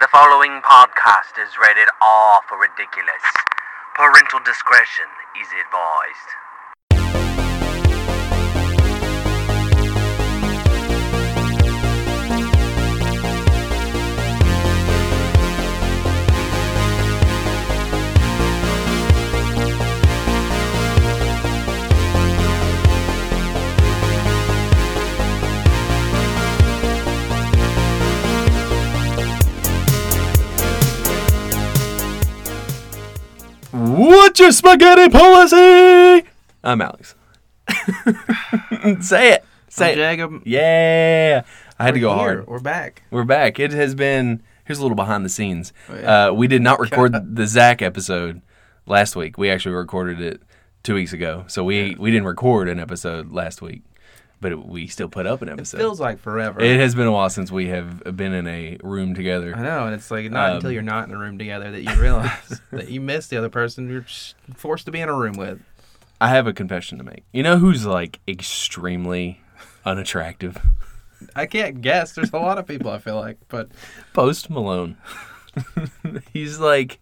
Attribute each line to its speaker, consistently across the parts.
Speaker 1: The following podcast is rated R for ridiculous. Parental discretion is advised.
Speaker 2: What's your spaghetti policy? I'm Alex. Say it. Say
Speaker 3: Say
Speaker 2: it.
Speaker 3: Jacob.
Speaker 2: Yeah. I had to go
Speaker 3: We're here.
Speaker 2: hard.
Speaker 3: We're back.
Speaker 2: We're back. It has been. Here's a little behind the scenes.
Speaker 3: Oh, yeah.
Speaker 2: uh, we did not record the Zach episode last week. We actually recorded it two weeks ago. So we, we didn't record an episode last week, but it, we still put up an episode.
Speaker 3: Feels like forever.
Speaker 2: it has been a while since we have been in a room together.
Speaker 3: I know, and it's like not
Speaker 2: Um,
Speaker 3: until you're not in a room together that you realize that you miss the other person you're just forced to be in a room with.
Speaker 2: I have a confession to make. You know who's like extremely unattractive?
Speaker 3: I can't guess. There's a lot of people I feel like, but
Speaker 2: Post Malone. he's like,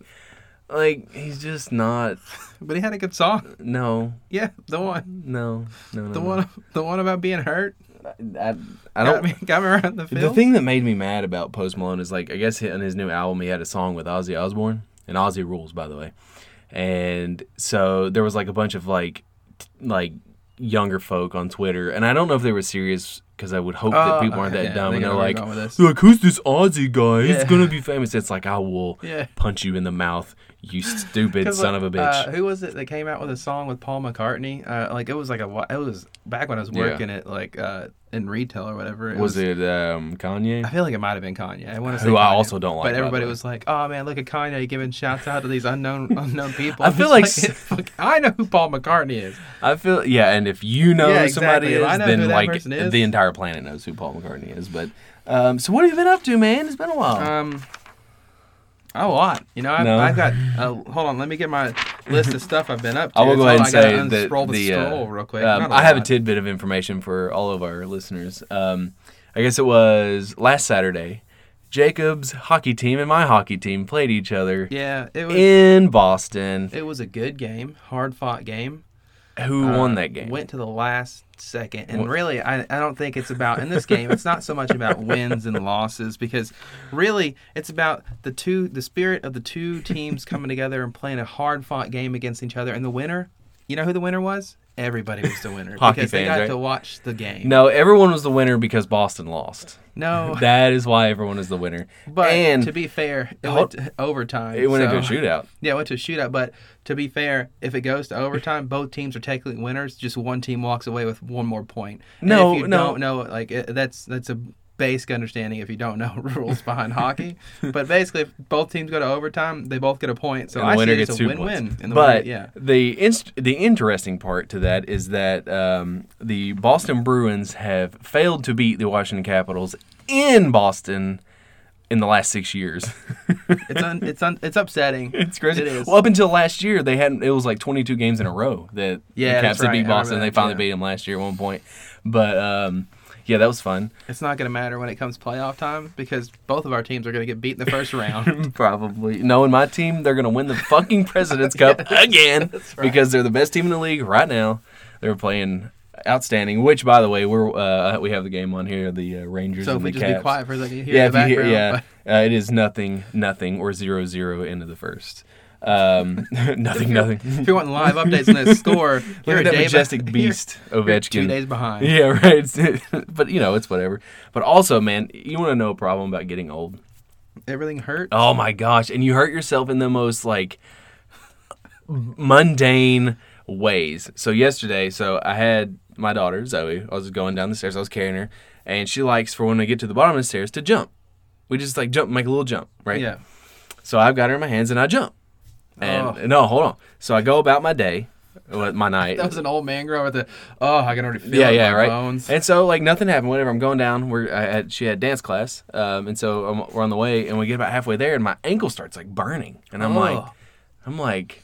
Speaker 2: like he's just not.
Speaker 3: but he had a good song.
Speaker 2: No,
Speaker 3: Yeah, the one,
Speaker 2: no, no.
Speaker 3: the
Speaker 2: no,
Speaker 3: one, the one about being hurt.
Speaker 2: no. I, Mm. I
Speaker 3: Got
Speaker 2: don't.
Speaker 3: me, got me around the
Speaker 2: The
Speaker 3: field.
Speaker 2: thing that made me mad about Post Malone is like, I guess on his new album he had a song with Ozzy Osbourne, and Ozzy rules, by the way. And so there was like a bunch of like, t- like younger folk on Twitter, and I don't know if they were serious because I would hope that
Speaker 3: Oh,
Speaker 2: people aren't
Speaker 3: okay,
Speaker 2: that
Speaker 3: yeah,
Speaker 2: dumb,
Speaker 3: they
Speaker 2: and
Speaker 3: got
Speaker 2: they're
Speaker 3: where you're
Speaker 2: like,
Speaker 3: going with this.
Speaker 2: like, who's this Ozzy guy? He's
Speaker 3: Yeah.
Speaker 2: gonna be famous. It's like I will
Speaker 3: Yeah.
Speaker 2: punch you in the mouth, you stupid
Speaker 3: 'Cause,
Speaker 2: son
Speaker 3: like,
Speaker 2: of a
Speaker 3: Uh,
Speaker 2: bitch.
Speaker 3: who was it that came out with a song with Paul McCartney? Uh, like it was like a wh- it was back when I was
Speaker 2: Yeah.
Speaker 3: working at like uh, in retail or whatever. It
Speaker 2: was, it um, Kanye?
Speaker 3: I feel like it might have been Kanye. I want to say
Speaker 2: Who I
Speaker 3: Kanye.
Speaker 2: also don't like, by
Speaker 3: But
Speaker 2: the
Speaker 3: everybody
Speaker 2: way.
Speaker 3: was like, "Oh man, look at Kanye giving shouts out to these unknown unknown people."
Speaker 2: I
Speaker 3: And
Speaker 2: feel
Speaker 3: it's
Speaker 2: like
Speaker 3: I know who Paul McCartney is.
Speaker 2: I feel yeah, and if you know
Speaker 3: Yeah,
Speaker 2: who somebody
Speaker 3: exactly. If I
Speaker 2: is,
Speaker 3: know
Speaker 2: then
Speaker 3: who that
Speaker 2: like
Speaker 3: person is-
Speaker 2: the entire planet knows who Paul McCartney is. But um, so what have you been up to, man? It's been a while.
Speaker 3: Um, a lot. You know, I've,
Speaker 2: No.
Speaker 3: I've got. Uh, hold on, let me get my list of stuff I've been up to.
Speaker 2: I will
Speaker 3: It's
Speaker 2: go
Speaker 3: all-
Speaker 2: ahead and say
Speaker 3: gotta
Speaker 2: that
Speaker 3: unscroll
Speaker 2: the
Speaker 3: the
Speaker 2: uh,
Speaker 3: scroll real quick.
Speaker 2: um,
Speaker 3: Not a
Speaker 2: I have a
Speaker 3: lot.
Speaker 2: tidbit of information for all of our listeners. Um, I guess it was last Saturday. Jacob's hockey team and my hockey team played each other
Speaker 3: Yeah, it was.
Speaker 2: in Boston.
Speaker 3: it was a good game, hard fought game.
Speaker 2: Who
Speaker 3: uh,
Speaker 2: won that game?
Speaker 3: Went to the last second. And really, I, I don't think it's about, in this game, it's not so much about wins and losses because really it's about the two, the spirit of the two teams coming together and playing a hard fought game against each other. And the winner, you know who the winner was? Everybody was the winner
Speaker 2: Hockey
Speaker 3: because they
Speaker 2: fans,
Speaker 3: got
Speaker 2: right?
Speaker 3: to watch the game.
Speaker 2: no, everyone was the winner because Boston lost.
Speaker 3: No,
Speaker 2: That is why everyone is the winner.
Speaker 3: but
Speaker 2: and
Speaker 3: to be fair, it
Speaker 2: Hold-
Speaker 3: went to overtime.
Speaker 2: it went
Speaker 3: so-
Speaker 2: into a shootout.
Speaker 3: Yeah, it went to a shootout. But to be fair, if it goes to overtime, both teams are technically winners. Just one team walks away with one more point. And
Speaker 2: No,
Speaker 3: if you
Speaker 2: no.
Speaker 3: don't know, like it, that's that's a basic understanding if you don't know rules behind hockey. But basically, if both teams go to overtime, they both get a point. So
Speaker 2: and
Speaker 3: I
Speaker 2: the winner
Speaker 3: see it
Speaker 2: gets
Speaker 3: as a
Speaker 2: two
Speaker 3: win-win.
Speaker 2: points.
Speaker 3: And the
Speaker 2: but
Speaker 3: winner- yeah,
Speaker 2: the inst- the interesting part to that is that um, the Boston Bruins have failed to beat the Washington Capitals in Boston in the last six years.
Speaker 3: it's un, it's un, it's upsetting.
Speaker 2: it's crazy.
Speaker 3: It is.
Speaker 2: Well, up until last year, they hadn't. It was like 22 games in a row that
Speaker 3: Yeah,
Speaker 2: the Caps
Speaker 3: that's
Speaker 2: had beat
Speaker 3: right. I remember
Speaker 2: Boston. They
Speaker 3: that,
Speaker 2: finally
Speaker 3: yeah.
Speaker 2: beat them last year at one point. But um, yeah, that was fun.
Speaker 3: it's not going to matter when it comes playoff time because both of our teams are going to get beat in the first round.
Speaker 2: Probably. No, in my team, they're going to win the fucking President's Cup again because they're the best team in the league right now. They're playing outstanding, which, by the way, we're uh, we have the game on here, the uh, Rangers
Speaker 3: so if
Speaker 2: and the
Speaker 3: we just
Speaker 2: Caps.
Speaker 3: be quiet for a second, you hear
Speaker 2: yeah,
Speaker 3: in the
Speaker 2: if you hear,
Speaker 3: background.
Speaker 2: yeah,
Speaker 3: but-
Speaker 2: uh, it is nothing, nothing, or zero zero into the first. Um, nothing, nothing.
Speaker 3: If you're wanting live updates on this score,
Speaker 2: Look
Speaker 3: you're
Speaker 2: at
Speaker 3: a
Speaker 2: that
Speaker 3: day be-
Speaker 2: majestic
Speaker 3: you're-
Speaker 2: beast,
Speaker 3: you're
Speaker 2: Ovechkin.
Speaker 3: Two days behind.
Speaker 2: Yeah, right. but you know, it's whatever. But also, man, you want to know a problem about getting old?
Speaker 3: Everything hurt.
Speaker 2: Oh my gosh. And you hurt yourself in the most like mundane ways. So yesterday, so I had my daughter, Zoe, I was going down the stairs, I was carrying her, and she likes for when we get to the bottom of the stairs to jump. We just like jump, make a little jump, right?
Speaker 3: Yeah.
Speaker 2: So I've got her in my hands and I jump. And no, hold on. So I go about my day, well, my night.
Speaker 3: Oh. That was an old man growing with the oh, I can already feel
Speaker 2: yeah,
Speaker 3: it in
Speaker 2: yeah,
Speaker 3: my
Speaker 2: right.
Speaker 3: bones.
Speaker 2: And so like nothing happened. Whatever. I'm going down. We're I had, she had dance class, um, and so um we're on the way, and we get about halfway there, and my ankle starts like burning, and I'm like,
Speaker 3: Oh.
Speaker 2: I'm like,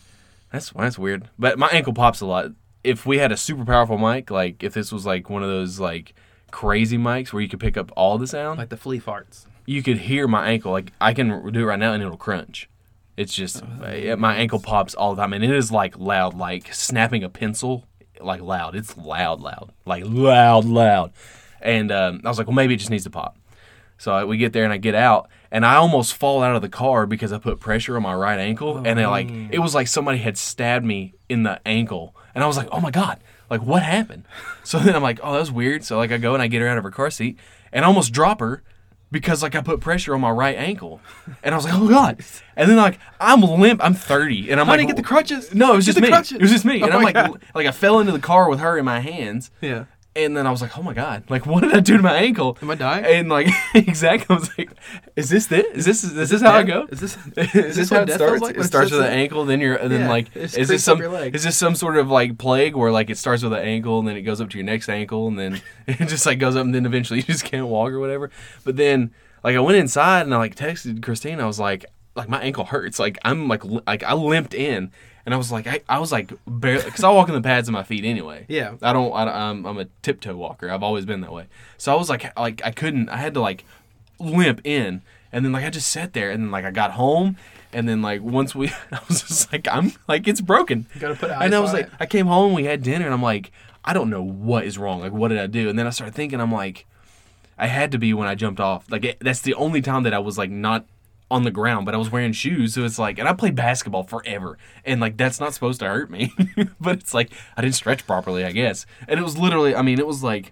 Speaker 2: that's that's weird. But my ankle pops a lot. If we had a super powerful mic, like if this was like one of those like crazy mics where you could pick up all the sound,
Speaker 3: Like the flea farts.
Speaker 2: you could hear my ankle. Like I can do it right now, and it'll crunch. It's just uh, my ankle pops all the time, and it is like loud, like snapping a pencil, like loud. It's loud, loud, like loud, loud. And um, I was like, well, maybe it just needs to pop. So I, we get there, and I get out, and I almost fall out of the car because I put pressure on my right ankle, and it like
Speaker 3: Oh.
Speaker 2: it was like somebody had stabbed me in the ankle, and I was like, oh my god, like what happened? So then I'm like, oh, that was weird. So like I go and I get her out of her car seat, and I almost drop her because like I put pressure on my right ankle, and I was like, oh god. And then like I'm limp, I'm 30, and I'm
Speaker 3: Honey,
Speaker 2: like,
Speaker 3: get the crutches.
Speaker 2: No, it was
Speaker 3: Get
Speaker 2: just
Speaker 3: the
Speaker 2: me.
Speaker 3: crutches.
Speaker 2: It was just me, and
Speaker 3: Oh
Speaker 2: I'm
Speaker 3: my
Speaker 2: like,
Speaker 3: God.
Speaker 2: l- like I fell into the car with her in my hands.
Speaker 3: Yeah.
Speaker 2: And then I was like, oh my god, like what did I do to my ankle?
Speaker 3: Am I dying?
Speaker 2: And like exactly, I was like, is this it? Is this is, this how I
Speaker 3: death?
Speaker 2: go?
Speaker 3: Is this-
Speaker 2: is
Speaker 3: is
Speaker 2: this
Speaker 3: this
Speaker 2: how
Speaker 3: what
Speaker 2: it
Speaker 3: death
Speaker 2: starts?
Speaker 3: feels like
Speaker 2: it
Speaker 3: when it
Speaker 2: starts with
Speaker 3: sets
Speaker 2: an
Speaker 3: in?
Speaker 2: ankle, then you're and then
Speaker 3: Yeah,
Speaker 2: like
Speaker 3: it just
Speaker 2: is this
Speaker 3: creeps up
Speaker 2: some
Speaker 3: your leg.
Speaker 2: is this some sort of like plague where like it starts with an ankle and then it goes up to your next ankle and then it just like goes up and then eventually you just can't walk or whatever. But then like I went inside and I like texted Christine. I was like like my ankle hurts. Like I'm like li- like I limped in. And I was like, I, I was like, barely, because I walk in the pads of my feet anyway.
Speaker 3: Yeah.
Speaker 2: I don't. I, don't- I'm, I'm a tiptoe walker. I've always been that way. So I was like, like I couldn't. I had to like limp in, and then like I just sat there, and then like I got home, and then like once we, I was just like, I'm like it's broken.
Speaker 3: Gotta put
Speaker 2: And
Speaker 3: ice
Speaker 2: I was
Speaker 3: on
Speaker 2: like,
Speaker 3: it.
Speaker 2: I came home, we had dinner, and I'm like, I don't know what is wrong. Like, what did I do? And then I started thinking, I'm like, I had to be when I jumped off. Like it, that's the only time that I was like not on the ground, but I was wearing shoes, so it's like, and I played basketball forever, and like that's not supposed to hurt me, but it's like I didn't stretch properly, I guess, and it was literally, I mean, it was like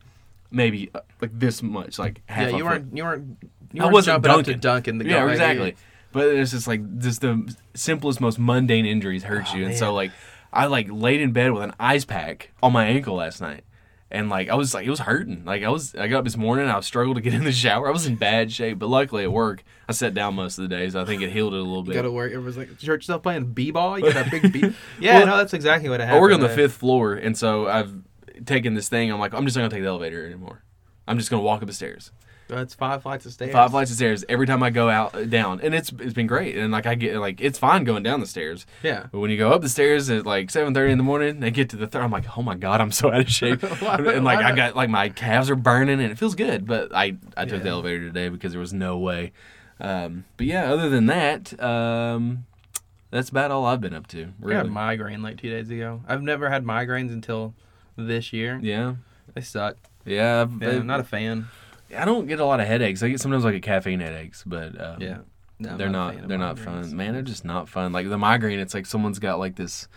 Speaker 2: maybe uh, like this much, like half.
Speaker 3: Yeah,
Speaker 2: a
Speaker 3: you
Speaker 2: foot.
Speaker 3: weren't. You weren't. You
Speaker 2: I
Speaker 3: weren't
Speaker 2: wasn't
Speaker 3: jumping
Speaker 2: dunking.
Speaker 3: up to dunking the
Speaker 2: yeah,
Speaker 3: guy.
Speaker 2: exactly. But it's just like just the simplest, most mundane injuries hurt
Speaker 3: Oh,
Speaker 2: you, and so like I like laid in bed with an ice pack on my ankle last night, and like I was like it was hurting. Like I was I got up this morning, I struggled to get in the shower. I was in bad shape, but luckily at work I sat down most of the day, so I think it healed it a little bit.
Speaker 3: Go to work. It was like church stuff playing b-ball. You got that big b. Yeah,
Speaker 2: Well,
Speaker 3: no, that's exactly what it
Speaker 2: I
Speaker 3: happened.
Speaker 2: work on the
Speaker 3: Uh,
Speaker 2: fifth floor, and so I've taken this thing. I'm like I'm just not gonna take the elevator anymore. I'm just gonna walk up the stairs.
Speaker 3: That's five flights of stairs.
Speaker 2: five flights of stairs every time I go out down, and it's it's been great. And like I get like it's fine going down the stairs.
Speaker 3: Yeah.
Speaker 2: But when you go up the stairs at like seven thirty in the morning, and I get to the third. I'm like, oh my god, I'm so out of shape.
Speaker 3: Why-
Speaker 2: and like
Speaker 3: why
Speaker 2: I
Speaker 3: not?
Speaker 2: got like my calves are burning, and it feels good. But I I took the
Speaker 3: Yeah.
Speaker 2: elevator today because there was no way. Um, but yeah, other than that, um, that's about all I've been up to.
Speaker 3: I had
Speaker 2: Really.
Speaker 3: a migraine like two days ago. I've never had migraines until this year.
Speaker 2: Yeah.
Speaker 3: They suck.
Speaker 2: Yeah, I've,
Speaker 3: Yeah, I'm not a fan.
Speaker 2: I don't get a lot of headaches. I get sometimes I get caffeine headaches, but um,
Speaker 3: Yeah. No, I'm
Speaker 2: they're
Speaker 3: a fan
Speaker 2: not
Speaker 3: of
Speaker 2: they're not
Speaker 3: migraines.
Speaker 2: fun man they're just not fun like the migraine it's like someone's got like this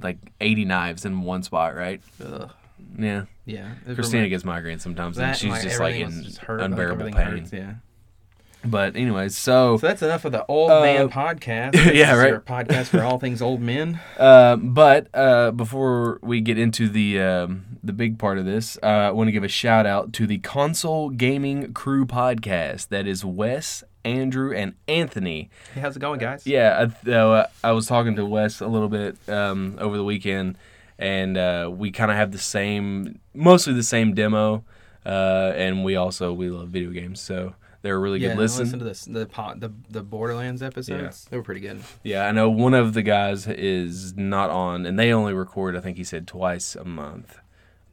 Speaker 2: like 80 knives in one spot right
Speaker 3: Ugh.
Speaker 2: yeah
Speaker 3: Yeah. it
Speaker 2: christina
Speaker 3: reminds-
Speaker 2: gets migraine sometimes
Speaker 3: that
Speaker 2: and
Speaker 3: and,
Speaker 2: she's just like
Speaker 3: everything
Speaker 2: in
Speaker 3: was just hurt, like,
Speaker 2: unbearable
Speaker 3: everything
Speaker 2: pain
Speaker 3: hurts, yeah.
Speaker 2: but anyways so
Speaker 3: So that's enough of the old
Speaker 2: Uh,
Speaker 3: man podcast.
Speaker 2: yeah,
Speaker 3: This is
Speaker 2: right.
Speaker 3: Your podcast for all things old men.
Speaker 2: uh, but uh, before we get into the um, the big part of this uh, i want to give a shout out to the console gaming crew podcast that is wes andrew and anthony
Speaker 3: Hey, how's it going, guys?
Speaker 2: Yeah, I, uh, I was talking to Wes a little bit um, over the weekend, and uh, we kind of have the same, mostly the same demo, uh, and we also we love video games, so they're a really
Speaker 3: Yeah,
Speaker 2: good
Speaker 3: and
Speaker 2: listen.
Speaker 3: listen to this, the, po- the the Borderlands episodes. They were pretty good.
Speaker 2: yeah, I know one of the guys is not on, and they only record, I think he said twice a month,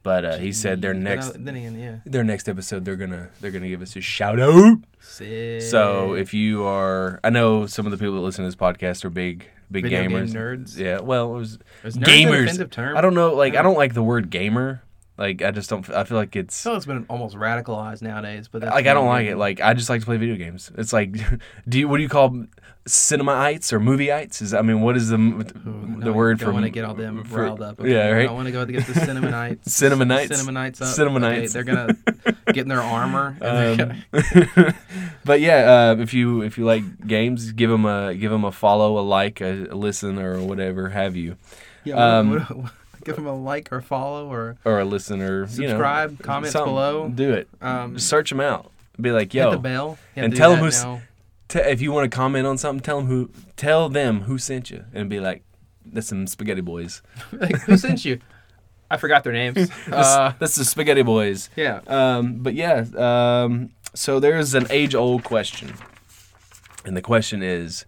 Speaker 2: but uh, he said their
Speaker 3: But
Speaker 2: next.
Speaker 3: I- then again, yeah.
Speaker 2: Their next episode, they're gonna they're gonna give us a shout out.
Speaker 3: Sick.
Speaker 2: So if you are, I know some of the people that listen to this podcast are big, big
Speaker 3: Video game
Speaker 2: gamers,
Speaker 3: nerds?
Speaker 2: Yeah, well, it was
Speaker 3: Is nerd an
Speaker 2: gamers.
Speaker 3: offensive term?
Speaker 2: I don't know, like I don't like the word gamer. Like I just don't. I feel like it's
Speaker 3: So it's been almost radicalized nowadays, but that's
Speaker 2: like I don't like
Speaker 3: weird.
Speaker 2: it. Like I just like to play video games. It's like, do you what do you call cinemaites or movieites? Is I mean, what is the the
Speaker 3: No,
Speaker 2: word
Speaker 3: I
Speaker 2: for?
Speaker 3: want to get all them
Speaker 2: for-
Speaker 3: riled up.
Speaker 2: Yeah,
Speaker 3: okay? I
Speaker 2: right.
Speaker 3: want to go get the Cinnamonites.
Speaker 2: Cinnamonites.
Speaker 3: Cinnamonites up.
Speaker 2: Cinnamonites.
Speaker 3: Okay, they're gonna get in their armor. and they're gonna-
Speaker 2: Um, but yeah, uh, if you if you like games, give them a give 'em a follow, a like, a, a listen, or whatever have you,
Speaker 3: yeah,
Speaker 2: um,
Speaker 3: what- what- give them a like or follow or
Speaker 2: or a listener. you
Speaker 3: Subscribe,
Speaker 2: know,
Speaker 3: comments
Speaker 2: something.
Speaker 3: below.
Speaker 2: Do it.
Speaker 3: um,
Speaker 2: Just search them out. Be like,
Speaker 3: hit
Speaker 2: yo,
Speaker 3: the bell You have
Speaker 2: and
Speaker 3: to do
Speaker 2: tell
Speaker 3: that
Speaker 2: 'em who's-
Speaker 3: now.
Speaker 2: t- if you want to comment on something, tell them who tell them who sent you, and be like, that's some spaghetti boys.
Speaker 3: Like, who sent you. I forgot their names.
Speaker 2: That's,
Speaker 3: Uh,
Speaker 2: that's the spaghetti boys.
Speaker 3: yeah.
Speaker 2: Um, but yeah, um, so there is an age old question. And the question is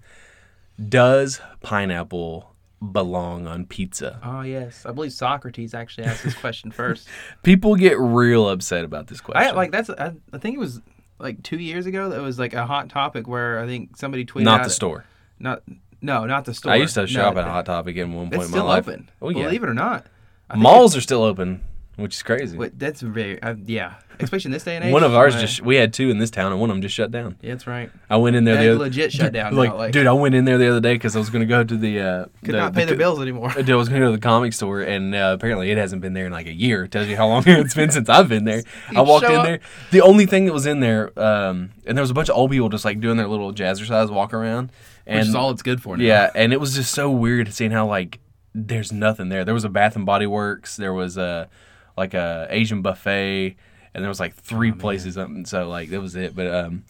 Speaker 2: Does pineapple belong on pizza?
Speaker 3: Oh yes, I believe Socrates actually asked this question first.
Speaker 2: People get real upset about this question.
Speaker 3: I like that's I, I think it was like two years ago that was like a hot topic where I think somebody tweeted
Speaker 2: Not
Speaker 3: out-
Speaker 2: the store.
Speaker 3: Not no, not the store.
Speaker 2: I used to shop
Speaker 3: no,
Speaker 2: at Hot Topic at one point
Speaker 3: It's
Speaker 2: in my
Speaker 3: still
Speaker 2: life.
Speaker 3: open.
Speaker 2: Oh yeah,
Speaker 3: Believe it or not, I think
Speaker 2: malls are still open, which is crazy.
Speaker 3: it- wait, that's very uh, yeah, especially in this day and age.
Speaker 2: One of ours
Speaker 3: uh,
Speaker 2: just we had two in this town, and one of them just shut down.
Speaker 3: Yeah, that's right.
Speaker 2: I went in there
Speaker 3: They
Speaker 2: the other,
Speaker 3: legit shut down now,
Speaker 2: Like,
Speaker 3: like-
Speaker 2: dude, I went in there the other day because I was gonna go to the uh,
Speaker 3: Could not pay their bills anymore.
Speaker 2: I was gonna go to the comic store, and uh, apparently it hasn't been there in like a year. Tells you how long it's been since I've been there. I walked
Speaker 3: show
Speaker 2: in
Speaker 3: up-
Speaker 2: there. The only thing that was in there, um, and there was a bunch of old people just like doing their little jazzercise walk around, and
Speaker 3: Which is all it's good for. Now.
Speaker 2: yeah, and it was just so weird seeing how like there's nothing there. There was a Bath and Body Works, there was a like a Asian buffet, and there was like
Speaker 3: Oh,
Speaker 2: three places. Um, so like that was it. But um,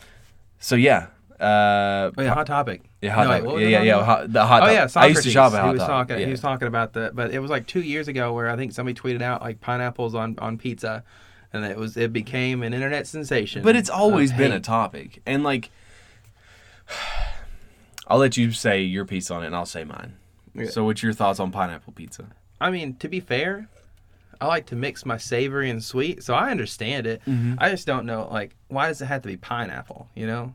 Speaker 2: so yeah, uh,
Speaker 3: Oh, yeah, hot topic.
Speaker 2: yeah, hot
Speaker 3: No, wait,
Speaker 2: Topic.
Speaker 3: what was
Speaker 2: yeah,
Speaker 3: it
Speaker 2: yeah,
Speaker 3: on
Speaker 2: yeah,
Speaker 3: again?
Speaker 2: hot, the hot.
Speaker 3: Oh
Speaker 2: Topic.
Speaker 3: yeah,
Speaker 2: I
Speaker 3: Socrates.
Speaker 2: used to shop at Hot
Speaker 3: he was
Speaker 2: Topic.
Speaker 3: talking.
Speaker 2: yeah.
Speaker 3: He was talking about that, but it was like two years ago where I think somebody tweeted out like pineapples on on pizza, and it was it became an internet sensation.
Speaker 2: but it's always
Speaker 3: of
Speaker 2: been a
Speaker 3: hate.
Speaker 2: topic, and like, I'll let you say your piece on it, and I'll say mine.
Speaker 3: Yeah.
Speaker 2: So, what's your thoughts on pineapple pizza?
Speaker 3: I mean, to be fair, I like to mix my savory and sweet, so I understand it.
Speaker 2: Mm-hmm.
Speaker 3: I just don't know like why does it have to be pineapple? You know,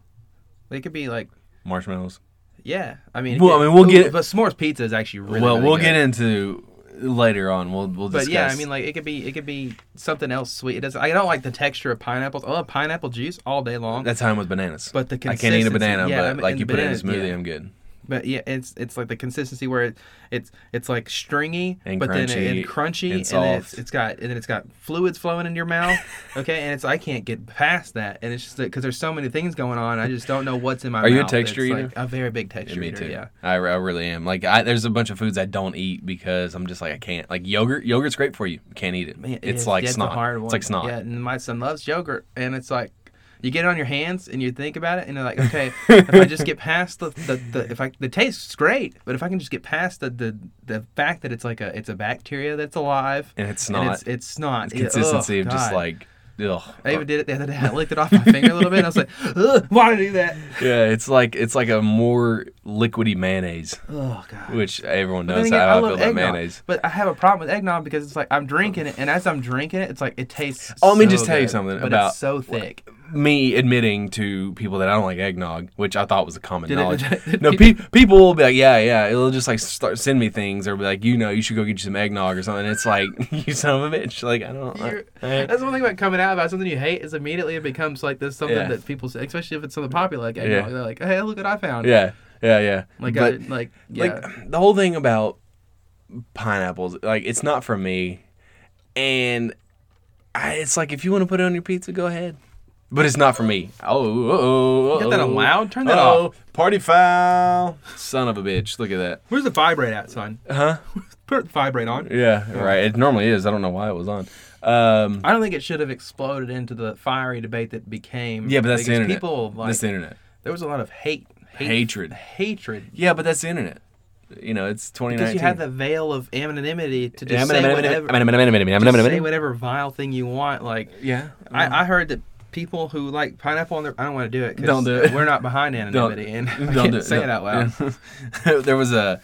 Speaker 3: it could be like
Speaker 2: Marshmallows.
Speaker 3: yeah. I mean,
Speaker 2: Well, I mean, we'll get-
Speaker 3: but s'mores pizza is actually really
Speaker 2: well,
Speaker 3: really
Speaker 2: we'll
Speaker 3: good.
Speaker 2: get into later on. We'll we'll
Speaker 3: But
Speaker 2: discuss.
Speaker 3: yeah, I mean, like it could be it could be something else sweet. It doesn't. I don't like the texture of pineapples. I love pineapple juice all day long.
Speaker 2: That's how I'm with bananas.
Speaker 3: But the
Speaker 2: I can't eat a
Speaker 3: consistency-
Speaker 2: banana,
Speaker 3: yeah,
Speaker 2: but
Speaker 3: I mean,
Speaker 2: like
Speaker 3: and
Speaker 2: you put it in a
Speaker 3: bananas,
Speaker 2: smoothie,
Speaker 3: yeah.
Speaker 2: I'm good.
Speaker 3: But yeah, it's it's like the consistency where it, it's it's like stringy,
Speaker 2: And
Speaker 3: but then it,
Speaker 2: crunchy
Speaker 3: and crunchy,
Speaker 2: and
Speaker 3: and, then it's,
Speaker 2: soft.
Speaker 3: it's got and then it's got fluids flowing in your mouth. Okay, and it's I can't get past that, and it's just because there's so many things going on, I just don't know what's in my.
Speaker 2: Are
Speaker 3: mouth.
Speaker 2: you a texture
Speaker 3: It's,
Speaker 2: eater?
Speaker 3: Like a very big texture
Speaker 2: me
Speaker 3: eater.
Speaker 2: too.
Speaker 3: Yeah.
Speaker 2: I, I really am. Like I, there's a bunch of foods I don't eat because I'm just like I can't. Like yogurt, yogurt's great for you. Can't eat it.
Speaker 3: Man, it
Speaker 2: it's
Speaker 3: is-
Speaker 2: like
Speaker 3: yeah,
Speaker 2: snot.
Speaker 3: It's, a hard one.
Speaker 2: It's like snot.
Speaker 3: Yeah, and my son loves yogurt, and it's like you get it on your hands and you think about it, and you're like, okay, if I just get past the, the, the if I the taste's great, but if I can just get past the, the the fact that it's like a it's a bacteria that's alive
Speaker 2: And it's
Speaker 3: and
Speaker 2: snot.
Speaker 3: it's it's snot, Yeah, ugh,
Speaker 2: Consistency of just
Speaker 3: God.
Speaker 2: like ugh.
Speaker 3: I even did it the other day. I licked it off my finger a little bit. And I was like, Ugh, why did I do that?
Speaker 2: yeah, it's like it's like a more liquidy mayonnaise,
Speaker 3: Oh God.
Speaker 2: which everyone
Speaker 3: Then
Speaker 2: knows
Speaker 3: again,
Speaker 2: how I, feel
Speaker 3: love
Speaker 2: about
Speaker 3: eggnog,
Speaker 2: mayonnaise.
Speaker 3: But I have a problem with eggnog because it's like I'm drinking it, and as I'm drinking it, it's like it tastes.
Speaker 2: Oh, let me
Speaker 3: so
Speaker 2: just tell you
Speaker 3: good,
Speaker 2: something
Speaker 3: but
Speaker 2: about-
Speaker 3: it's so thick.
Speaker 2: me admitting to people that I don't like eggnog, which I thought was a common
Speaker 3: Did it-
Speaker 2: knowledge.
Speaker 3: did
Speaker 2: no, pe- people will be like, yeah, yeah. It'll just like start send me things or be like, you know, you should go get you some eggnog or something. It's like you son of a bitch. Like I don't.
Speaker 3: You're-
Speaker 2: I-
Speaker 3: That's one thing about coming out about something you hate is immediately it becomes like this something
Speaker 2: Yeah.
Speaker 3: that people say, especially if it's something popular like eggnog.
Speaker 2: Yeah.
Speaker 3: They're like, hey, look what I found.
Speaker 2: yeah, yeah, yeah.
Speaker 3: Like,
Speaker 2: But-
Speaker 3: I, like, yeah.
Speaker 2: like the whole thing about pineapples like it's not for me and I, it's like if you want to put it on your pizza go ahead but it's not for me oh, oh, oh
Speaker 3: You got that on loud? Turn that
Speaker 2: oh, party foul son of a bitch look at that
Speaker 3: Where's the vibrate at, son?
Speaker 2: huh
Speaker 3: Put the vibrate on.
Speaker 2: yeah right it normally is i don't know why it was on um
Speaker 3: I don't think it should have exploded into the fiery debate that became.
Speaker 2: yeah but that's the
Speaker 3: because
Speaker 2: internet
Speaker 3: People like
Speaker 2: that's the internet
Speaker 3: there was a lot of hate, hate
Speaker 2: Hatred.
Speaker 3: hatred.
Speaker 2: yeah but that's the internet you know it's 2019
Speaker 3: Because you have the veil of anonymity to just say whatever, just say
Speaker 2: whatever
Speaker 3: whatever vile thing you want. Like,
Speaker 2: yeah
Speaker 3: I, I heard that people who like pineapple on their I don't want to do it 'cause
Speaker 2: Don't do it.
Speaker 3: we're not behind anonymity and I can't say it out loud.
Speaker 2: loud. there was a